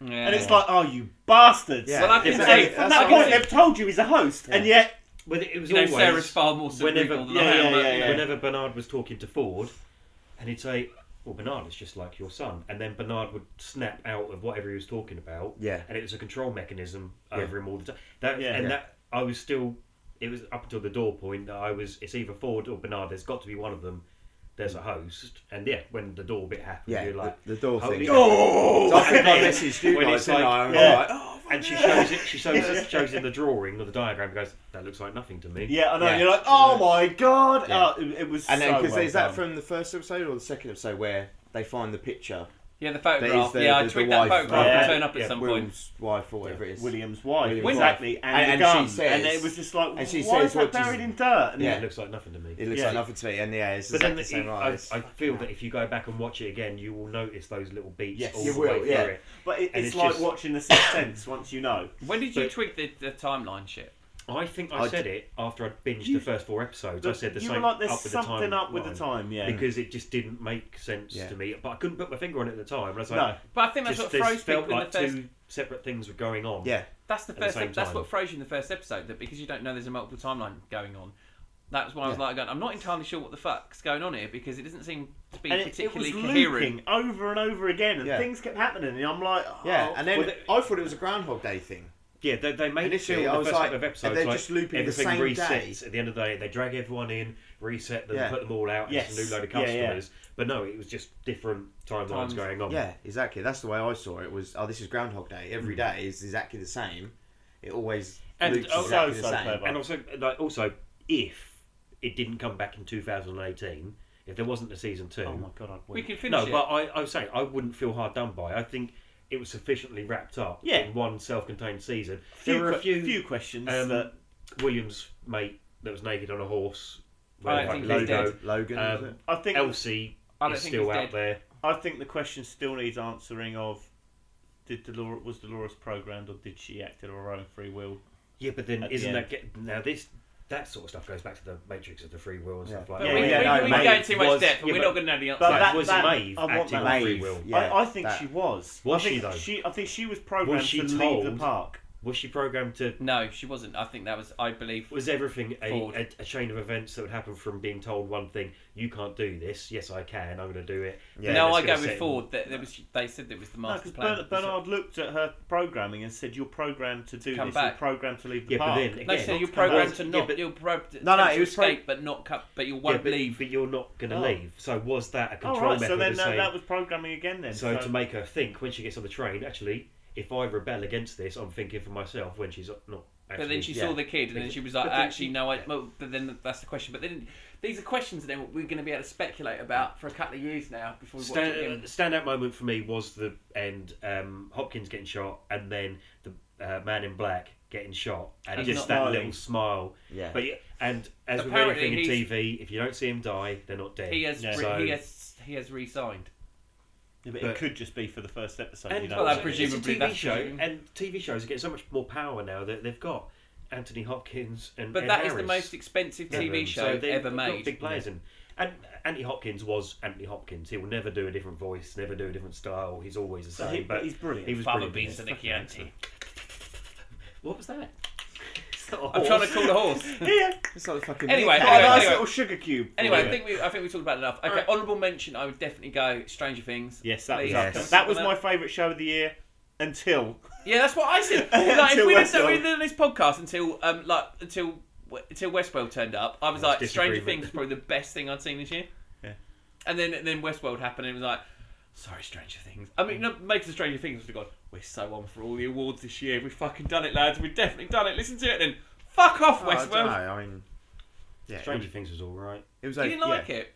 Speaker 3: yeah.
Speaker 2: And it's like, oh, you bastards!
Speaker 5: Yeah.
Speaker 3: Well, I can
Speaker 2: It's
Speaker 3: see-
Speaker 2: like, from
Speaker 3: that's
Speaker 2: that
Speaker 3: what I
Speaker 2: point,
Speaker 3: can
Speaker 2: they've told you he's a host, and yet,
Speaker 4: Well, it was
Speaker 3: you know,
Speaker 4: always
Speaker 3: Sarah's far more
Speaker 4: whenever,
Speaker 3: cerebral than
Speaker 2: yeah,
Speaker 3: I am.
Speaker 2: yeah,
Speaker 3: but,
Speaker 2: yeah,
Speaker 3: you know,
Speaker 2: yeah.
Speaker 4: whenever Bernard was talking to Ford, and he'd say, "Well, Bernard is just like your son," and then Bernard would snap out of whatever he was talking about.
Speaker 5: Yeah.
Speaker 4: and it was a control mechanism over him all the time. That
Speaker 2: Yeah.
Speaker 4: and
Speaker 5: Yeah.
Speaker 4: that I was still. It was up until the door point that I was. It's either Ford or Bernard. There's got to be one of them. There's a host, and yeah, when the door bit happened,
Speaker 5: Yeah,
Speaker 4: you're like
Speaker 5: the, the door
Speaker 4: "Holy
Speaker 5: thing.
Speaker 4: crap."
Speaker 5: So I think I
Speaker 4: And then
Speaker 5: messaged
Speaker 4: [laughs]
Speaker 5: you
Speaker 4: when
Speaker 5: guys,
Speaker 4: it's
Speaker 5: didn't
Speaker 4: like-
Speaker 5: I? I'm
Speaker 2: Yeah.
Speaker 5: like, oh,
Speaker 4: And she shows it. She shows us, shows in the drawing or the diagram. and Goes, that looks like nothing to me.
Speaker 2: yeah, I know.
Speaker 5: Yeah.
Speaker 2: You're like, oh my god!
Speaker 4: Yeah.
Speaker 2: Oh, it, it was.
Speaker 5: and
Speaker 2: so
Speaker 5: then because
Speaker 2: well
Speaker 5: is that
Speaker 2: done.
Speaker 5: from the first episode or the second episode where they find the picture?
Speaker 3: Yeah, the
Speaker 5: That is
Speaker 3: photograph.
Speaker 5: the-
Speaker 3: yeah, I
Speaker 5: the- the
Speaker 3: tweaked that
Speaker 5: wife,
Speaker 3: photograph
Speaker 2: yeah.
Speaker 3: and turn up at
Speaker 4: Yeah,
Speaker 3: some point.
Speaker 5: Will's wife or whatever it is.
Speaker 2: William's wife?
Speaker 5: William's wife.
Speaker 2: exactly, and,
Speaker 5: And-
Speaker 2: the
Speaker 5: and
Speaker 2: gun.
Speaker 5: she says-
Speaker 2: and it was just like,
Speaker 5: and she
Speaker 2: why
Speaker 5: says
Speaker 2: is that
Speaker 5: what she's-
Speaker 2: buried in dirt? And
Speaker 5: Yeah.
Speaker 4: it looks like nothing to me.
Speaker 5: It looks
Speaker 2: Yeah.
Speaker 5: like nothing to me, and yeah, it's
Speaker 4: But then
Speaker 5: exactly the same.
Speaker 4: the-
Speaker 5: right,
Speaker 4: I,
Speaker 5: it's-
Speaker 4: I feel that if you go back and watch it again, you will notice those little beats
Speaker 5: Yes.
Speaker 4: all
Speaker 5: You
Speaker 4: the
Speaker 5: will,
Speaker 4: way
Speaker 5: yeah.
Speaker 4: through it.
Speaker 2: But it,
Speaker 4: And
Speaker 2: it's,
Speaker 4: it's
Speaker 2: like
Speaker 4: just-
Speaker 2: watching the Sixth Sense once you know.
Speaker 3: When did you
Speaker 4: But-
Speaker 3: tweak the, the timeline shit?
Speaker 4: I think I
Speaker 5: I
Speaker 4: said it after I'd binged
Speaker 2: You-
Speaker 4: the first four episodes. I said the
Speaker 2: you
Speaker 4: same
Speaker 2: were like, there's
Speaker 4: up with
Speaker 2: something
Speaker 4: the time
Speaker 2: up with the time, yeah.
Speaker 4: because it just didn't make sense
Speaker 5: Yeah.
Speaker 4: to me. But I couldn't put my finger on it at the time. I was
Speaker 2: no,
Speaker 4: like,
Speaker 3: But I think that's what
Speaker 4: just this
Speaker 3: froze people
Speaker 4: felt
Speaker 3: in the
Speaker 4: like
Speaker 3: first.
Speaker 4: two separate things were going on.
Speaker 5: yeah,
Speaker 3: That's the
Speaker 4: the
Speaker 3: first.
Speaker 4: same
Speaker 3: that's
Speaker 4: time.
Speaker 3: what froze you in the first episode. That because you don't know there's a multiple timeline going on. That was why I was
Speaker 5: Yeah.
Speaker 3: like, going, I'm not entirely sure what the fuck's going on here because it doesn't seem to be
Speaker 2: and it, it was
Speaker 3: particularly
Speaker 2: looping
Speaker 3: coherent.
Speaker 2: over and over again, and
Speaker 5: Yeah.
Speaker 2: things kept happening, and I'm like, oh.
Speaker 5: yeah. And then
Speaker 4: Well, the-
Speaker 5: I thought it was a Groundhog Day thing.
Speaker 4: Yeah, they, they made it
Speaker 5: Initially,
Speaker 4: feel
Speaker 5: I
Speaker 4: the
Speaker 5: was
Speaker 4: first
Speaker 5: like,
Speaker 4: couple of
Speaker 5: and
Speaker 4: episodes
Speaker 5: they're
Speaker 4: like
Speaker 5: just looping the
Speaker 4: everything
Speaker 5: same
Speaker 4: resets
Speaker 5: day.
Speaker 4: at the end of the day. They drag everyone in. reset them,
Speaker 5: Yeah.
Speaker 4: put them all out
Speaker 2: Yes.
Speaker 4: as a new load of
Speaker 2: Yeah,
Speaker 4: customers.
Speaker 2: yeah.
Speaker 4: But no, it was just different timelines
Speaker 3: Times.
Speaker 4: going on.
Speaker 5: Yeah, exactly. That's the way I saw it. Was oh, this is Groundhog Day. Every day is exactly the same. It always
Speaker 4: Mm. And
Speaker 5: loops
Speaker 4: oh,
Speaker 5: exactly
Speaker 2: so,
Speaker 5: the
Speaker 2: so
Speaker 5: same.
Speaker 2: clever.
Speaker 4: And also, like, also, if it didn't come back in 2018, if there wasn't a season two,
Speaker 2: Oh my god, I'd
Speaker 3: We
Speaker 2: win.
Speaker 3: can finish
Speaker 4: no,
Speaker 3: it.
Speaker 4: but I, I was saying I wouldn't feel hard done by. I think it was sufficiently wrapped up
Speaker 2: Yeah.
Speaker 4: in one self-contained season.
Speaker 2: Few
Speaker 4: there were a
Speaker 2: que-
Speaker 4: few,
Speaker 2: few questions
Speaker 4: um,
Speaker 2: that-
Speaker 4: Williams mate that was naked on a horse. with
Speaker 3: I
Speaker 4: a
Speaker 3: don't think
Speaker 4: fucking
Speaker 3: he's
Speaker 4: logo.
Speaker 3: dead.
Speaker 5: Logan.
Speaker 4: Um,
Speaker 5: is it?
Speaker 2: I think
Speaker 4: Elsie
Speaker 3: I don't
Speaker 4: is
Speaker 3: think
Speaker 4: still
Speaker 3: he's
Speaker 4: out
Speaker 3: dead.
Speaker 4: there.
Speaker 2: I think the question still needs answering of did Dolores was Dolores programmed or did she act of her own free will?
Speaker 4: Yeah, but then
Speaker 2: At the
Speaker 4: isn't
Speaker 2: end.
Speaker 4: that get, now this that sort of stuff goes back to the Matrix of the free will and stuff like
Speaker 3: But
Speaker 4: that.
Speaker 2: Yeah,
Speaker 3: we,
Speaker 2: yeah,
Speaker 3: we,
Speaker 2: no,
Speaker 3: we
Speaker 2: mate,
Speaker 3: go into too much
Speaker 4: was-
Speaker 3: depth, and
Speaker 4: yeah,
Speaker 3: we're
Speaker 4: but-
Speaker 3: not going to know the answer.
Speaker 2: But
Speaker 4: Like,
Speaker 2: that-
Speaker 4: was
Speaker 2: that-
Speaker 4: Maeve
Speaker 2: I want
Speaker 4: acting
Speaker 2: that.
Speaker 4: on free
Speaker 5: Maeve,
Speaker 4: will?
Speaker 5: yeah.
Speaker 2: I, I think
Speaker 5: that-
Speaker 2: she was.
Speaker 4: Was
Speaker 2: I think
Speaker 4: she, though?
Speaker 2: She, I think she was programmed
Speaker 4: Was she
Speaker 2: to leave
Speaker 4: told?
Speaker 2: the park.
Speaker 4: Was she programmed to?
Speaker 3: no, she wasn't. I think that was, I believe,
Speaker 4: Was everything a,
Speaker 3: Fraud.
Speaker 4: a, a chain of events that would happen from being told one thing? You can't do this. Yes, I can. I'm going to do it.
Speaker 5: Yeah,
Speaker 3: no,
Speaker 4: that's
Speaker 3: I
Speaker 4: gonna
Speaker 3: go with
Speaker 4: set-
Speaker 3: Ford. That there was, they said that was the
Speaker 2: No,
Speaker 3: master
Speaker 2: because
Speaker 3: plan.
Speaker 2: Bernard, Bernard looked at her programming and said, "You're programmed to do
Speaker 3: come
Speaker 2: this.
Speaker 3: back."
Speaker 2: You're programmed to leave the
Speaker 4: Yeah, but
Speaker 2: park."
Speaker 4: then again,
Speaker 3: They said you're
Speaker 4: Yeah,
Speaker 3: programmed to
Speaker 4: but-
Speaker 3: not.
Speaker 4: yeah, but-
Speaker 3: you're programmed to
Speaker 5: No, no,
Speaker 3: attempt
Speaker 5: it
Speaker 3: to
Speaker 5: was pro-
Speaker 3: escape, but not cut. But you
Speaker 4: Yeah,
Speaker 3: won't
Speaker 4: but,
Speaker 3: leave.
Speaker 4: but you're not going to
Speaker 2: Oh.
Speaker 4: leave. So was that a
Speaker 2: Oh,
Speaker 4: control
Speaker 2: right.
Speaker 4: method?
Speaker 2: So then
Speaker 4: of
Speaker 2: that,
Speaker 4: saying-
Speaker 2: that was programming again. Then.
Speaker 4: so to make her think when she gets on the train, actually, if I rebel against this, I'm thinking for myself when she's not. Actually,
Speaker 3: But then she
Speaker 4: yeah.
Speaker 3: saw the kid, and then she was like,
Speaker 4: But then
Speaker 3: "Actually,
Speaker 4: she-
Speaker 3: no." I,
Speaker 4: yeah.
Speaker 3: well, but then that's the question. But then these are questions that we're going to be able to speculate about for a couple of years now before we watch it
Speaker 4: Stand,
Speaker 3: again.
Speaker 4: uh, standout moment for me was the end. Um, Hopkins getting shot, and then the uh, man in black getting shot, and
Speaker 3: And
Speaker 4: just
Speaker 3: not
Speaker 4: that
Speaker 2: smiling.
Speaker 4: little smile.
Speaker 5: Yeah.
Speaker 4: But yeah, and as with
Speaker 3: Apparently
Speaker 4: anything in
Speaker 3: he's-
Speaker 4: TV, if you don't see him die, they're not dead.
Speaker 3: He has,
Speaker 2: Yeah.
Speaker 3: re-
Speaker 4: So-
Speaker 3: he has, he has re-signed.
Speaker 2: Yeah, but,
Speaker 4: but-
Speaker 2: it could just be for the first episode.
Speaker 4: And
Speaker 2: you know.
Speaker 3: well, I
Speaker 4: also,
Speaker 3: presume-
Speaker 4: it's a
Speaker 3: presumably
Speaker 4: TV
Speaker 3: that's
Speaker 4: show,
Speaker 3: presuming.
Speaker 4: and TV shows are getting so much more power now that they've got Anthony Hopkins and
Speaker 3: But
Speaker 4: Ed
Speaker 3: that is the
Speaker 4: Harris.
Speaker 3: most expensive
Speaker 4: Yeah,
Speaker 3: TV
Speaker 4: um,
Speaker 3: show
Speaker 4: so they-
Speaker 3: ever
Speaker 4: they've got
Speaker 3: made.
Speaker 4: Big players in. And Anthony Hopkins was Anthony Hopkins. He will never do a different voice, never do a different style. He's always the same.
Speaker 2: he-
Speaker 4: but
Speaker 2: he's brilliant.
Speaker 4: He was
Speaker 3: Father
Speaker 4: brilliant.
Speaker 3: Beans and the Chianti.
Speaker 4: What was that?
Speaker 3: I'm trying to call the horse.
Speaker 2: [laughs] yeah.
Speaker 5: It's like the fucking
Speaker 3: Anyway,
Speaker 5: meerkat.
Speaker 2: A
Speaker 3: anyway,
Speaker 2: nice
Speaker 3: anyway.
Speaker 2: little sugar cube.
Speaker 3: Anyway,
Speaker 2: Yeah.
Speaker 3: I think we I think we talked about it enough. Okay, honourable mention. I would definitely go Stranger Things.
Speaker 2: Yes, that was
Speaker 3: Please,
Speaker 2: up.
Speaker 3: can we
Speaker 2: that
Speaker 3: talk
Speaker 2: was my
Speaker 3: about-
Speaker 2: favourite show of the year until
Speaker 3: Yeah, that's what I said. Like, if
Speaker 2: Until
Speaker 3: we didn't do
Speaker 2: Westworld.
Speaker 3: we didn't do this podcast until um like until until Westworld turned up, I was
Speaker 4: That's
Speaker 3: like Stranger
Speaker 4: disagreement.
Speaker 3: Things is probably the best thing I'd seen this year.
Speaker 2: Yeah.
Speaker 3: And then and then Westworld happened and it was like, sorry Stranger Things. I mean, no, makes the Stranger Things would have gone. We're so on for all the awards this year. We've fucking done it, lads. We've definitely done it. Listen to it then. Fuck off,
Speaker 5: Oh, I don't know.
Speaker 3: Westworld.
Speaker 5: I mean, yeah, it
Speaker 4: Stranger
Speaker 5: was,
Speaker 4: Things was all right.
Speaker 5: it was
Speaker 3: you
Speaker 5: like,
Speaker 3: didn't like
Speaker 5: yeah.
Speaker 3: it.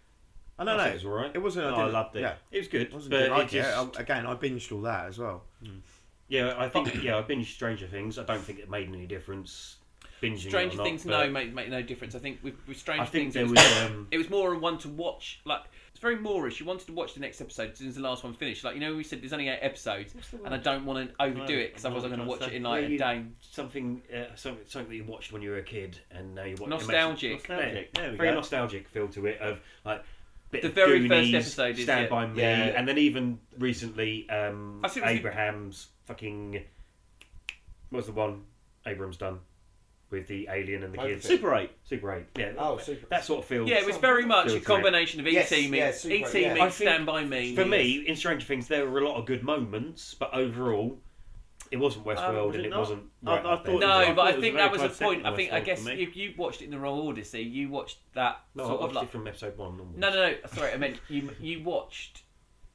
Speaker 5: I don't
Speaker 4: I
Speaker 5: know.
Speaker 4: think it was all right.
Speaker 5: It wasn't.
Speaker 2: No, I
Speaker 5: I, didn't,
Speaker 2: loved it.
Speaker 5: Yeah,
Speaker 4: It was good.
Speaker 5: it wasn't.
Speaker 4: but
Speaker 5: didn't like
Speaker 4: it
Speaker 5: it.
Speaker 4: just-
Speaker 5: I- again, I binged all that as well.
Speaker 4: yeah, I
Speaker 5: [coughs]
Speaker 4: think yeah, I binged Stranger Things. I don't think it made any difference. Binging it or
Speaker 3: Stranger
Speaker 4: not,
Speaker 3: Things
Speaker 4: but
Speaker 3: no make make no difference. I think with, with Stranger
Speaker 4: I think
Speaker 3: Things
Speaker 4: there
Speaker 3: it
Speaker 4: was. Um,
Speaker 3: It was more a one to watch. Like it's very Moorish. You wanted to watch the next episode as soon as the last one finished. Like you know, we said there's only eight episodes, and I don't want to overdo
Speaker 2: No,
Speaker 3: it because
Speaker 2: I'm
Speaker 3: otherwise I'm
Speaker 2: not trying
Speaker 3: going to watch
Speaker 2: to
Speaker 3: it
Speaker 2: say-
Speaker 3: in
Speaker 4: where
Speaker 3: like a
Speaker 4: you-
Speaker 3: day.
Speaker 4: something, uh, something, something that you watched when you were a kid, and now you watch. it makes you-
Speaker 3: Nostalgic.
Speaker 2: nostalgic. There we
Speaker 4: very
Speaker 2: go.
Speaker 4: nostalgic feel to it of like bit
Speaker 3: The
Speaker 4: of
Speaker 3: very first
Speaker 4: Goonies,
Speaker 3: episode is
Speaker 4: Stand
Speaker 3: it.
Speaker 4: by Me,
Speaker 2: Yeah.
Speaker 4: and then even recently um,
Speaker 3: I see what you-
Speaker 4: Abraham's fucking what's the one Abraham's done with the alien and the
Speaker 8: Cloverfield.
Speaker 4: kids
Speaker 2: Super Eight.
Speaker 4: Super Eight yeah
Speaker 8: Oh, Super
Speaker 4: that sort of feels
Speaker 3: Yeah, it was very much a
Speaker 4: Feels
Speaker 3: combination of ET
Speaker 5: Yes,
Speaker 3: meets
Speaker 5: yeah, super,
Speaker 3: ET
Speaker 5: yeah.
Speaker 4: I
Speaker 3: meets
Speaker 4: think
Speaker 3: Stand by Me.
Speaker 4: for
Speaker 3: meets-
Speaker 4: me in Stranger Things there were a lot of good moments but overall it wasn't Westworld
Speaker 2: Um, was
Speaker 4: and
Speaker 2: it
Speaker 4: it
Speaker 2: not?
Speaker 4: wasn't
Speaker 2: I-
Speaker 4: right
Speaker 2: I
Speaker 4: up there.
Speaker 2: thought it
Speaker 3: No,
Speaker 2: I
Speaker 3: but I
Speaker 2: thought it
Speaker 3: think
Speaker 2: was very
Speaker 3: that was a
Speaker 2: close second
Speaker 3: point. I think
Speaker 2: Westworld
Speaker 3: I
Speaker 2: for
Speaker 3: guess
Speaker 2: me.
Speaker 3: you, you watched it in the wrong order. See, you watched that
Speaker 4: no, I
Speaker 3: sort of
Speaker 4: watched
Speaker 3: like
Speaker 4: it from episode one onwards.
Speaker 3: No, no, no. Sorry, I meant you. You watched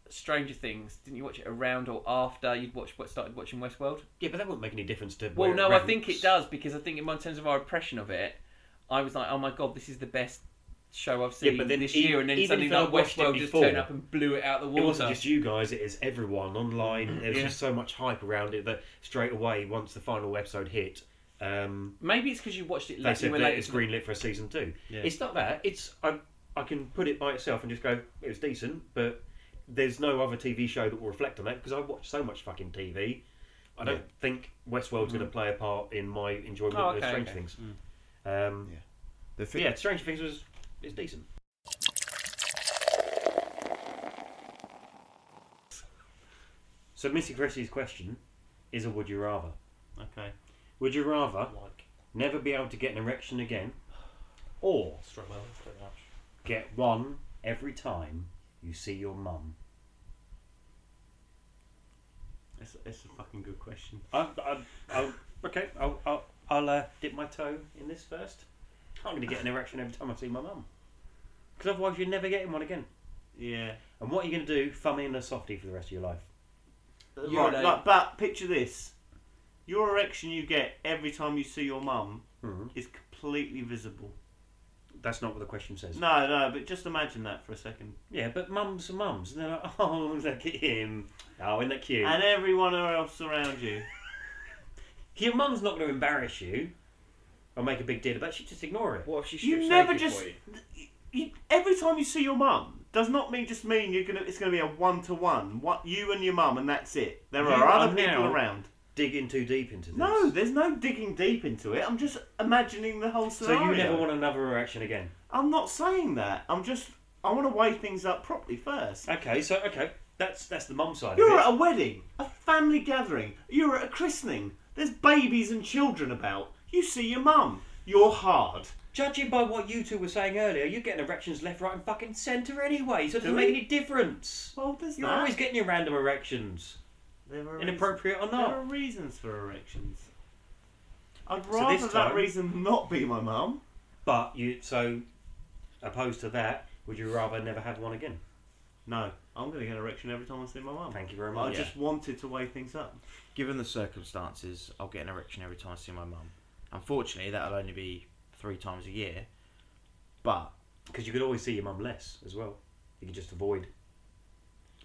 Speaker 3: Stranger Things, didn't you? Watch it around or after you'd watched what started watching Westworld.
Speaker 4: yeah but that wouldn't make any difference to
Speaker 3: Well,
Speaker 4: where
Speaker 3: no, I
Speaker 4: ranks.
Speaker 3: think it does because I think in my- terms of our impression of it, I was like, oh my god, this is the best show I've
Speaker 4: Yeah,
Speaker 3: seen
Speaker 4: but then
Speaker 3: this
Speaker 4: e-
Speaker 3: year, and then
Speaker 4: even
Speaker 3: suddenly
Speaker 4: if I
Speaker 3: like
Speaker 4: watched it
Speaker 3: Westworld just
Speaker 4: before,
Speaker 3: turned up and blew it out the
Speaker 4: It
Speaker 3: water.
Speaker 4: wasn't just you guys, it is
Speaker 3: [clears throat]
Speaker 4: everyone online. There's just so much hype around it that straight away, once the final episode hit, um,
Speaker 3: Maybe it's because you watched it
Speaker 4: they
Speaker 3: late. You
Speaker 4: said
Speaker 3: were
Speaker 4: that
Speaker 3: late.
Speaker 4: it's
Speaker 3: to the-
Speaker 4: greenlit for a season two.
Speaker 2: Yeah.
Speaker 4: It's not that. It's I, I can put it by itself and just go, it was decent, but there's no other TV show that will reflect on that because I watch so much fucking TV. I don't think Westworld's going to play a part in my enjoyment
Speaker 3: Mm. Oh,
Speaker 4: of
Speaker 3: okay,
Speaker 4: Stranger
Speaker 3: okay. Mm.
Speaker 4: Things. Um,
Speaker 5: Yeah. The
Speaker 4: but
Speaker 5: thing,
Speaker 4: yeah, Stranger Things was is decent. So Missy Cressie's question is a would you rather?
Speaker 2: Okay.
Speaker 4: Would you rather never be able to get an erection again or get one every time you see your mum?
Speaker 2: It's, it's a fucking good question.
Speaker 4: I, I, I, okay, I'll, I'll, I'll uh, dip my toe in this first. I'm going to get an erection every time I see my mum. Because otherwise, you're never getting one again.
Speaker 2: Yeah.
Speaker 4: And what are you going to do? Thumb in a softie for the rest of your life.
Speaker 3: You
Speaker 2: right,
Speaker 3: know-
Speaker 2: like, but picture this: your erection you get every time you see your mum
Speaker 4: Mhm.
Speaker 2: is completely visible.
Speaker 4: That's not what the question says.
Speaker 2: No, no, but just imagine that for a second.
Speaker 4: Yeah, but mums are mums. And they're like, [laughs] oh, look at him. Oh, isn't that cute?
Speaker 2: And everyone else around you.
Speaker 4: Your mum's not going to embarrass you or make a big deal about it. She just ignore it.
Speaker 5: What if she strips
Speaker 2: You never
Speaker 5: naked
Speaker 2: just.
Speaker 5: for you?
Speaker 2: You, every time you see your mum does not mean just mean you're gonna. It's gonna be a one to one. What you and your mum, and that's it. There
Speaker 4: You
Speaker 2: are other
Speaker 4: are
Speaker 2: people
Speaker 4: now-
Speaker 2: around.
Speaker 4: Digging too deep into this.
Speaker 2: No, there's no digging deep into it. I'm just imagining the whole
Speaker 4: So
Speaker 2: scenario.
Speaker 4: you never want another erection again.
Speaker 2: I'm not saying that. I'm just. I want to weigh things up properly first.
Speaker 4: Okay, so, okay. That's that's the mum side
Speaker 2: You're
Speaker 4: of it.
Speaker 2: at a wedding, a family gathering. You're at a christening. There's babies and children about. You see your mum. You're hard.
Speaker 4: Judging by what you two were saying earlier, you're getting erections left, right, and fucking centre anyway, so it doesn't
Speaker 2: Do
Speaker 4: make
Speaker 2: we?
Speaker 4: any difference.
Speaker 2: Well, there's
Speaker 4: You're
Speaker 2: that.
Speaker 4: always getting your random erections,
Speaker 2: There are
Speaker 4: inappropriate or
Speaker 2: reasons- There
Speaker 4: not.
Speaker 2: are reasons for erections. I'd
Speaker 4: this
Speaker 2: rather that
Speaker 4: time-
Speaker 2: reason not be my mum.
Speaker 4: But you, so opposed to that, would you rather never have one again?
Speaker 2: No, I'm going to get an erection every time I see my mum.
Speaker 4: Thank you very
Speaker 2: But I
Speaker 4: much.
Speaker 2: just wanted to weigh things up.
Speaker 5: Given the circumstances, I'll get an erection every time I see my mum. Unfortunately, that'll only be three times a year. But
Speaker 4: Because you could always see your mum less as well. You could just avoid.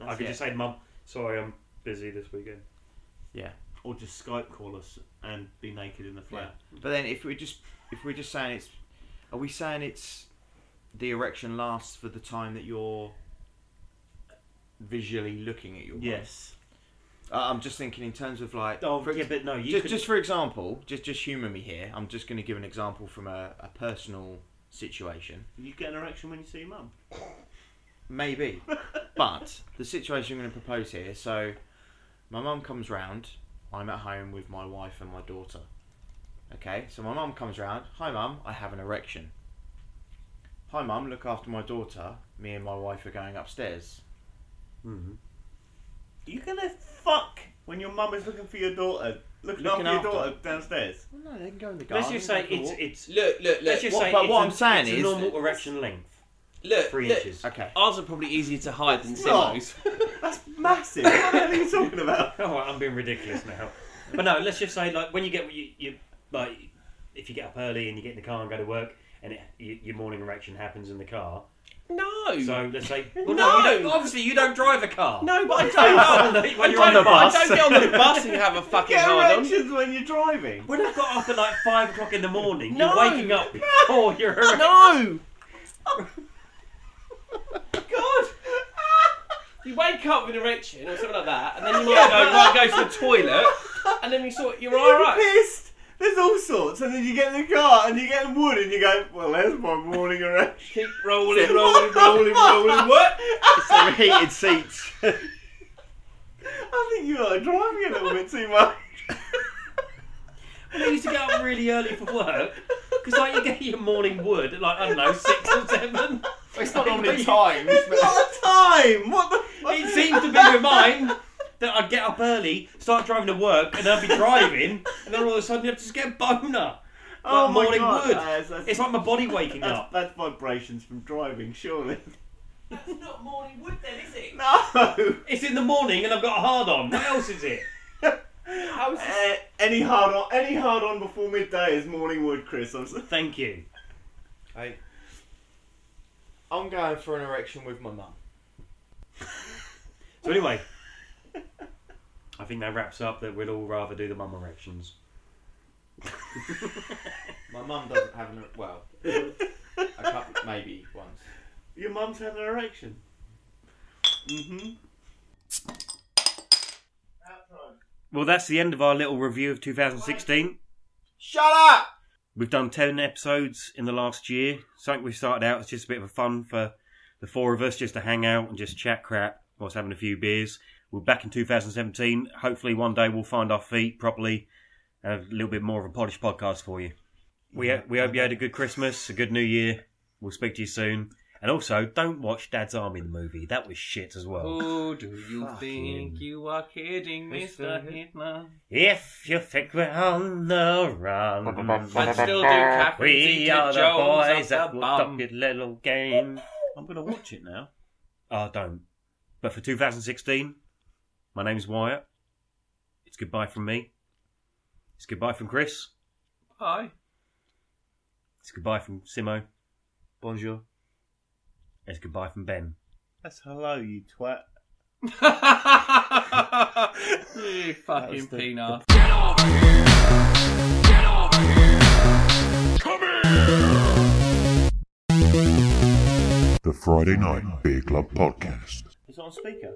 Speaker 4: I
Speaker 2: That's
Speaker 4: could
Speaker 2: it.
Speaker 4: just say, Mum, sorry, I'm busy this weekend.
Speaker 2: Or just Skype call us and be naked in the flat.
Speaker 5: but then if we're just if we're just saying it's, are we saying it's the erection lasts for the time that you're visually looking at your mum?
Speaker 2: Yes.
Speaker 5: Uh, I'm just thinking in terms of like
Speaker 4: Oh,
Speaker 5: for
Speaker 4: yeah, but no, you
Speaker 5: just,
Speaker 4: could.
Speaker 5: just for example, just just humour me here. I'm just going to give an example from a, a personal situation.
Speaker 2: You get an erection when you see your mum.
Speaker 4: [laughs]
Speaker 5: Maybe, but the situation I'm going to propose here. So, my mum comes round. I'm at home with my wife and my daughter. Okay, so my mum comes round. Hi, mum. I have an erection. Hi, mum. Look after my daughter. Me and my wife are going upstairs.
Speaker 2: You're going to fuck when your mum is looking for your daughter. Looking,
Speaker 5: Looking
Speaker 2: after your
Speaker 5: after.
Speaker 2: daughter [laughs] downstairs.
Speaker 5: Well, no, they can go in the
Speaker 4: Let's
Speaker 5: garden.
Speaker 4: just say
Speaker 5: take a
Speaker 4: it's
Speaker 5: walk.
Speaker 4: it's.
Speaker 7: Look, look,
Speaker 4: Let's
Speaker 7: look.
Speaker 4: just
Speaker 5: what-
Speaker 4: say
Speaker 5: but
Speaker 4: it's
Speaker 5: what
Speaker 4: a-
Speaker 5: I'm saying
Speaker 4: it's a
Speaker 5: is
Speaker 4: normal
Speaker 5: that-
Speaker 4: erection length,
Speaker 7: look,
Speaker 4: three
Speaker 7: look.
Speaker 4: inches.
Speaker 5: okay.
Speaker 7: Ours are probably easier to hide than
Speaker 2: not.
Speaker 7: Simo's.
Speaker 2: That's massive. what the hell are you talking about?
Speaker 4: [laughs]
Speaker 2: [laughs]
Speaker 4: Oh, I'm being ridiculous now. but no, let's just say like when you get you, you like if you get up early and you get in the car and go to work and it, you, your morning erection happens in the car.
Speaker 7: No.
Speaker 4: So let's say well,
Speaker 7: No.
Speaker 4: no, you don't, obviously you don't drive a car.
Speaker 7: no, but I don't.
Speaker 4: [laughs] When
Speaker 7: I
Speaker 4: you're on the
Speaker 7: don't-
Speaker 4: bus.
Speaker 7: I don't get on
Speaker 4: [laughs]
Speaker 7: the bus and have a fucking
Speaker 2: Get
Speaker 7: hard on.
Speaker 2: erections when you're driving. [laughs]
Speaker 4: When I've got up at like five o'clock in the morning,
Speaker 7: No.
Speaker 4: you're waking up before
Speaker 7: [laughs]
Speaker 4: your erection.
Speaker 7: No. God. You wake up with an erection or something like that, and then
Speaker 4: [laughs]
Speaker 7: you might go, right, go to the toilet, and then you sort, you're all
Speaker 2: You're
Speaker 7: right.
Speaker 2: pissed. There's all sorts, and then you get in the car and you get in wood and you go, well, there's my morning erection. [laughs]
Speaker 7: Keep rolling, rolling, rolling, rolling. What?
Speaker 5: It's the heated seats.
Speaker 2: I think you are driving a little bit too much.
Speaker 4: I used to get up really early for work because like you get your morning wood at like I don't know six or seven.
Speaker 5: it's not
Speaker 2: [laughs]
Speaker 5: normally times. But...
Speaker 2: What a time! What the
Speaker 4: [laughs]
Speaker 2: fuck?
Speaker 4: It seemed to be with mine that I'd get up early, start driving to work, and I'd be driving, and then all of a sudden I'd just get a boner.
Speaker 2: [laughs] Oh
Speaker 4: like
Speaker 2: my
Speaker 4: morning
Speaker 2: God. Uh,
Speaker 4: wood.
Speaker 2: That's- that's-
Speaker 4: It's like my body waking
Speaker 2: That's,
Speaker 4: up.
Speaker 2: that's vibrations from driving, surely. [laughs]
Speaker 7: That's not morning wood then, is it?
Speaker 2: No!
Speaker 4: It's in the morning and I've got a hard on. What else is it?
Speaker 7: How's this?
Speaker 2: Eh, any hard on, any hard on before midday is morning wood, Chris. I'm, so-
Speaker 4: [laughs] Thank you.
Speaker 5: Hey, [laughs] I'm going for an erection with my mum.
Speaker 4: So anyway, I think that wraps up that we'd all rather do the mum erections.
Speaker 5: My mum doesn't have an er, well,
Speaker 4: [laughs]
Speaker 5: a couple, maybe once.
Speaker 2: your mum's had an erection. Mm-hmm.
Speaker 4: Well, that's the end of our little review of 2016.
Speaker 5: Shut up!
Speaker 4: We've done 10 episodes in the last year. Something we started out as just a bit of a fun for the four of us just to hang out and just chat crap whilst having a few beers. We're back in 2017. Hopefully, one day we'll find our feet properly and have a little bit more of a polished podcast for you. We, we hope you had a good Christmas, a good New Year. We'll speak to you soon. And also, don't watch Dad's Army, the movie. That was shit as well.
Speaker 3: Oh, do you
Speaker 4: think
Speaker 3: think you are kidding,
Speaker 5: Mr.
Speaker 3: Mr. Hitler?
Speaker 4: If you think we're on the run,
Speaker 3: I'd still do caffeine
Speaker 4: we are the boys that will
Speaker 3: bum.
Speaker 4: talk your little game. I'm going to watch it now. I don't. But for 2016, my name's Wyatt. It's goodbye from me. It's goodbye from Chris. [laughs]
Speaker 3: [laughs]
Speaker 7: Bye.
Speaker 4: It's goodbye from Simo. Bonjour. It's goodbye from Ben.
Speaker 10: That's hello, you twat.
Speaker 7: you fucking peanut.
Speaker 6: The Friday Night Beer Club Podcast.
Speaker 10: Is it on speaker?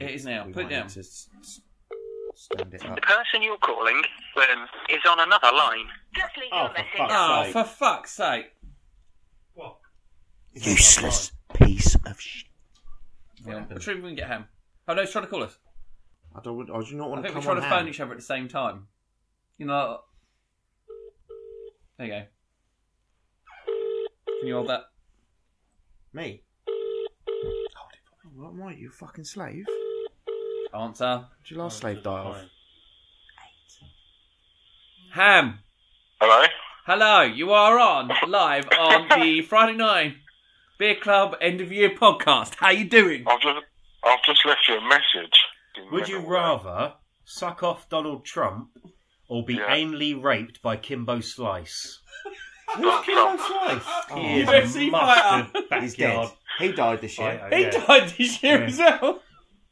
Speaker 3: It is now. Put it down.
Speaker 5: Stand it up.
Speaker 11: person you're calling um, is on another line. Just leave
Speaker 10: Oh,
Speaker 11: your
Speaker 10: for
Speaker 11: message.
Speaker 10: fuck's
Speaker 3: Oh,
Speaker 10: sake.
Speaker 3: for fuck's sake.
Speaker 5: Useless piece of shit.
Speaker 3: Yeah, I'm sure we can get home. Oh no, he's trying to call us.
Speaker 5: I don't. want- I do not
Speaker 3: I
Speaker 5: want to
Speaker 3: think we're
Speaker 5: come
Speaker 3: trying
Speaker 5: on
Speaker 3: to phone
Speaker 5: hand.
Speaker 3: each other at the same time. You know. There you go. Can you hold that?
Speaker 5: Me. Hold it. for me. What am I? You fucking slave?
Speaker 3: Answer.
Speaker 5: Did your last slave die off?
Speaker 3: Ham.
Speaker 11: Hello?
Speaker 3: Hello. You are on live on
Speaker 5: [laughs]
Speaker 3: the Friday night beer club end of year podcast. How you doing?
Speaker 11: I've just, I've just left you a message.
Speaker 4: Would you rather suck off Donald Trump or be
Speaker 11: Yeah.
Speaker 4: anally raped by Kimbo Slice?
Speaker 11: Donald Trump.
Speaker 4: He is a
Speaker 3: UFC fighter.
Speaker 4: mustard
Speaker 5: He's
Speaker 4: backyard
Speaker 5: dead. He died this year.
Speaker 4: fighter,
Speaker 3: He
Speaker 4: yeah.
Speaker 3: died this year
Speaker 4: Yeah.
Speaker 3: as well.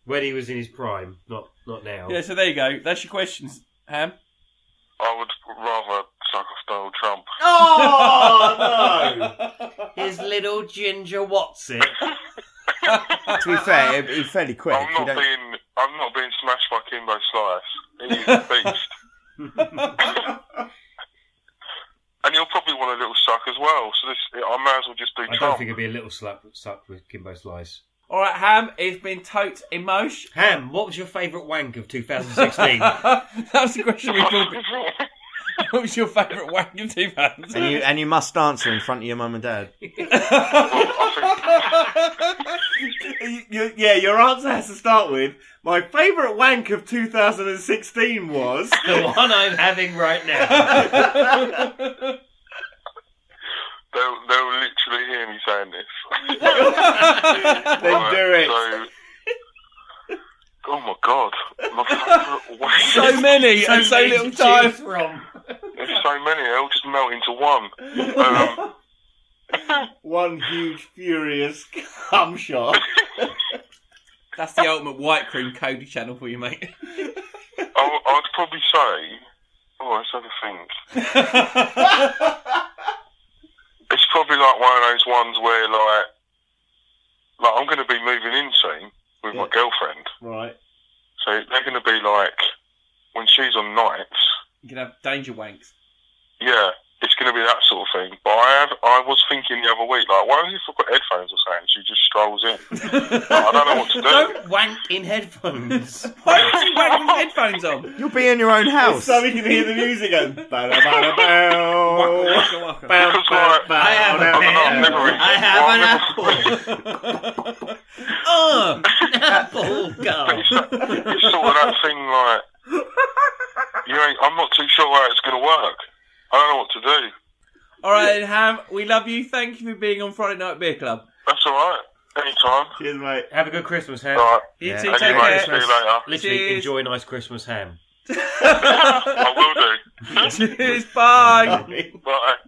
Speaker 4: When he was in his prime, not not now.
Speaker 3: Yeah. So there you go. That's your questions, Ham.
Speaker 11: I would rather suck off Donald Trump.
Speaker 2: Oh no!
Speaker 4: His little ginger
Speaker 11: [laughs]
Speaker 4: what's it?
Speaker 5: to be fair,
Speaker 4: [laughs]
Speaker 5: it'd be fairly quick.
Speaker 11: I'm
Speaker 5: You
Speaker 11: not
Speaker 5: don't.
Speaker 11: being, I'm not being smashed by Kimbo Slice. He's a beast.
Speaker 4: [laughs]
Speaker 11: and you'll probably want a little suck as well. So this, I may as well just do
Speaker 4: I don't
Speaker 11: Trump.
Speaker 4: think it'd be a little slap suck with Kimbo Slice.
Speaker 3: All right, Ham. It's been totes emotion.
Speaker 4: Ham, what was your favourite wank of
Speaker 3: [laughs]
Speaker 4: 2016?
Speaker 3: that was the question we thought. [laughs] What was your favourite wank of 2000?
Speaker 5: And you and you must answer in front of your mum
Speaker 3: [laughs]
Speaker 5: and dad.
Speaker 10: You- you- yeah, your answer has to start with my favourite wank of 2016 was.
Speaker 4: [laughs] the one I'm having right now.
Speaker 3: [laughs]
Speaker 11: they'll, they'll literally hear me saying this.
Speaker 10: then do it. [laughs]
Speaker 11: So, oh my god, my favourite way.
Speaker 3: [laughs] so many and so
Speaker 4: many to
Speaker 3: little time.
Speaker 4: choose from.
Speaker 11: There's so many, they all just melt into one. Um,
Speaker 10: One huge furious cum shot.
Speaker 3: That's the ultimate white cream Cody channel for you, mate.
Speaker 11: I, I'd probably say, oh, let's have a
Speaker 10: [laughs]
Speaker 11: think. it's probably like one of those ones where, like, like I'm going to be moving in soon with my girlfriend,
Speaker 10: Right.
Speaker 11: so they're going to be like, when she's on nights,
Speaker 3: You can have danger wanks.
Speaker 11: yeah, it's going to be that sort of thing. But I have, I was thinking the other week, like, why have you forgot headphones or something? She just strolls
Speaker 4: [laughs]
Speaker 11: in. Like, I don't know what to do.
Speaker 4: Don't wank in headphones.
Speaker 3: [laughs] Why would you wank with [laughs] headphones on?
Speaker 5: You'll be in your own house.
Speaker 10: So we can hear the music go. "Ba-da-ba-da-bow."
Speaker 3: Waka, waka, waka.
Speaker 10: Bow,
Speaker 11: Because,
Speaker 10: bow,
Speaker 11: like,
Speaker 10: bow,
Speaker 4: I have
Speaker 10: down,
Speaker 4: a
Speaker 11: I don't know, I've
Speaker 10: down.
Speaker 11: never really-
Speaker 4: I
Speaker 11: well, I've
Speaker 4: have
Speaker 11: never-
Speaker 4: an apple. oh, an apple girl.
Speaker 11: it's, that, it's sort of that thing
Speaker 4: [laughs]
Speaker 11: like you know, I'm not too sure how it's going to work. I don't know what to do.
Speaker 3: [laughs] All right, then, Ham. We love you. Thank you for being on Friday Night Beer Club.
Speaker 11: That's all right. Anytime.
Speaker 10: Cheers, mate.
Speaker 4: Have a good Christmas, Ham.
Speaker 11: All right.
Speaker 3: You
Speaker 5: Yeah.
Speaker 3: two
Speaker 11: Anyway,
Speaker 3: take
Speaker 11: see you
Speaker 3: care.
Speaker 11: later.
Speaker 4: Literally,
Speaker 3: Cheers.
Speaker 4: enjoy a
Speaker 3: [laughs]
Speaker 4: nice Christmas ham.
Speaker 11: I will do. [laughs] uh,
Speaker 3: Cheers. Bye.
Speaker 11: Bye.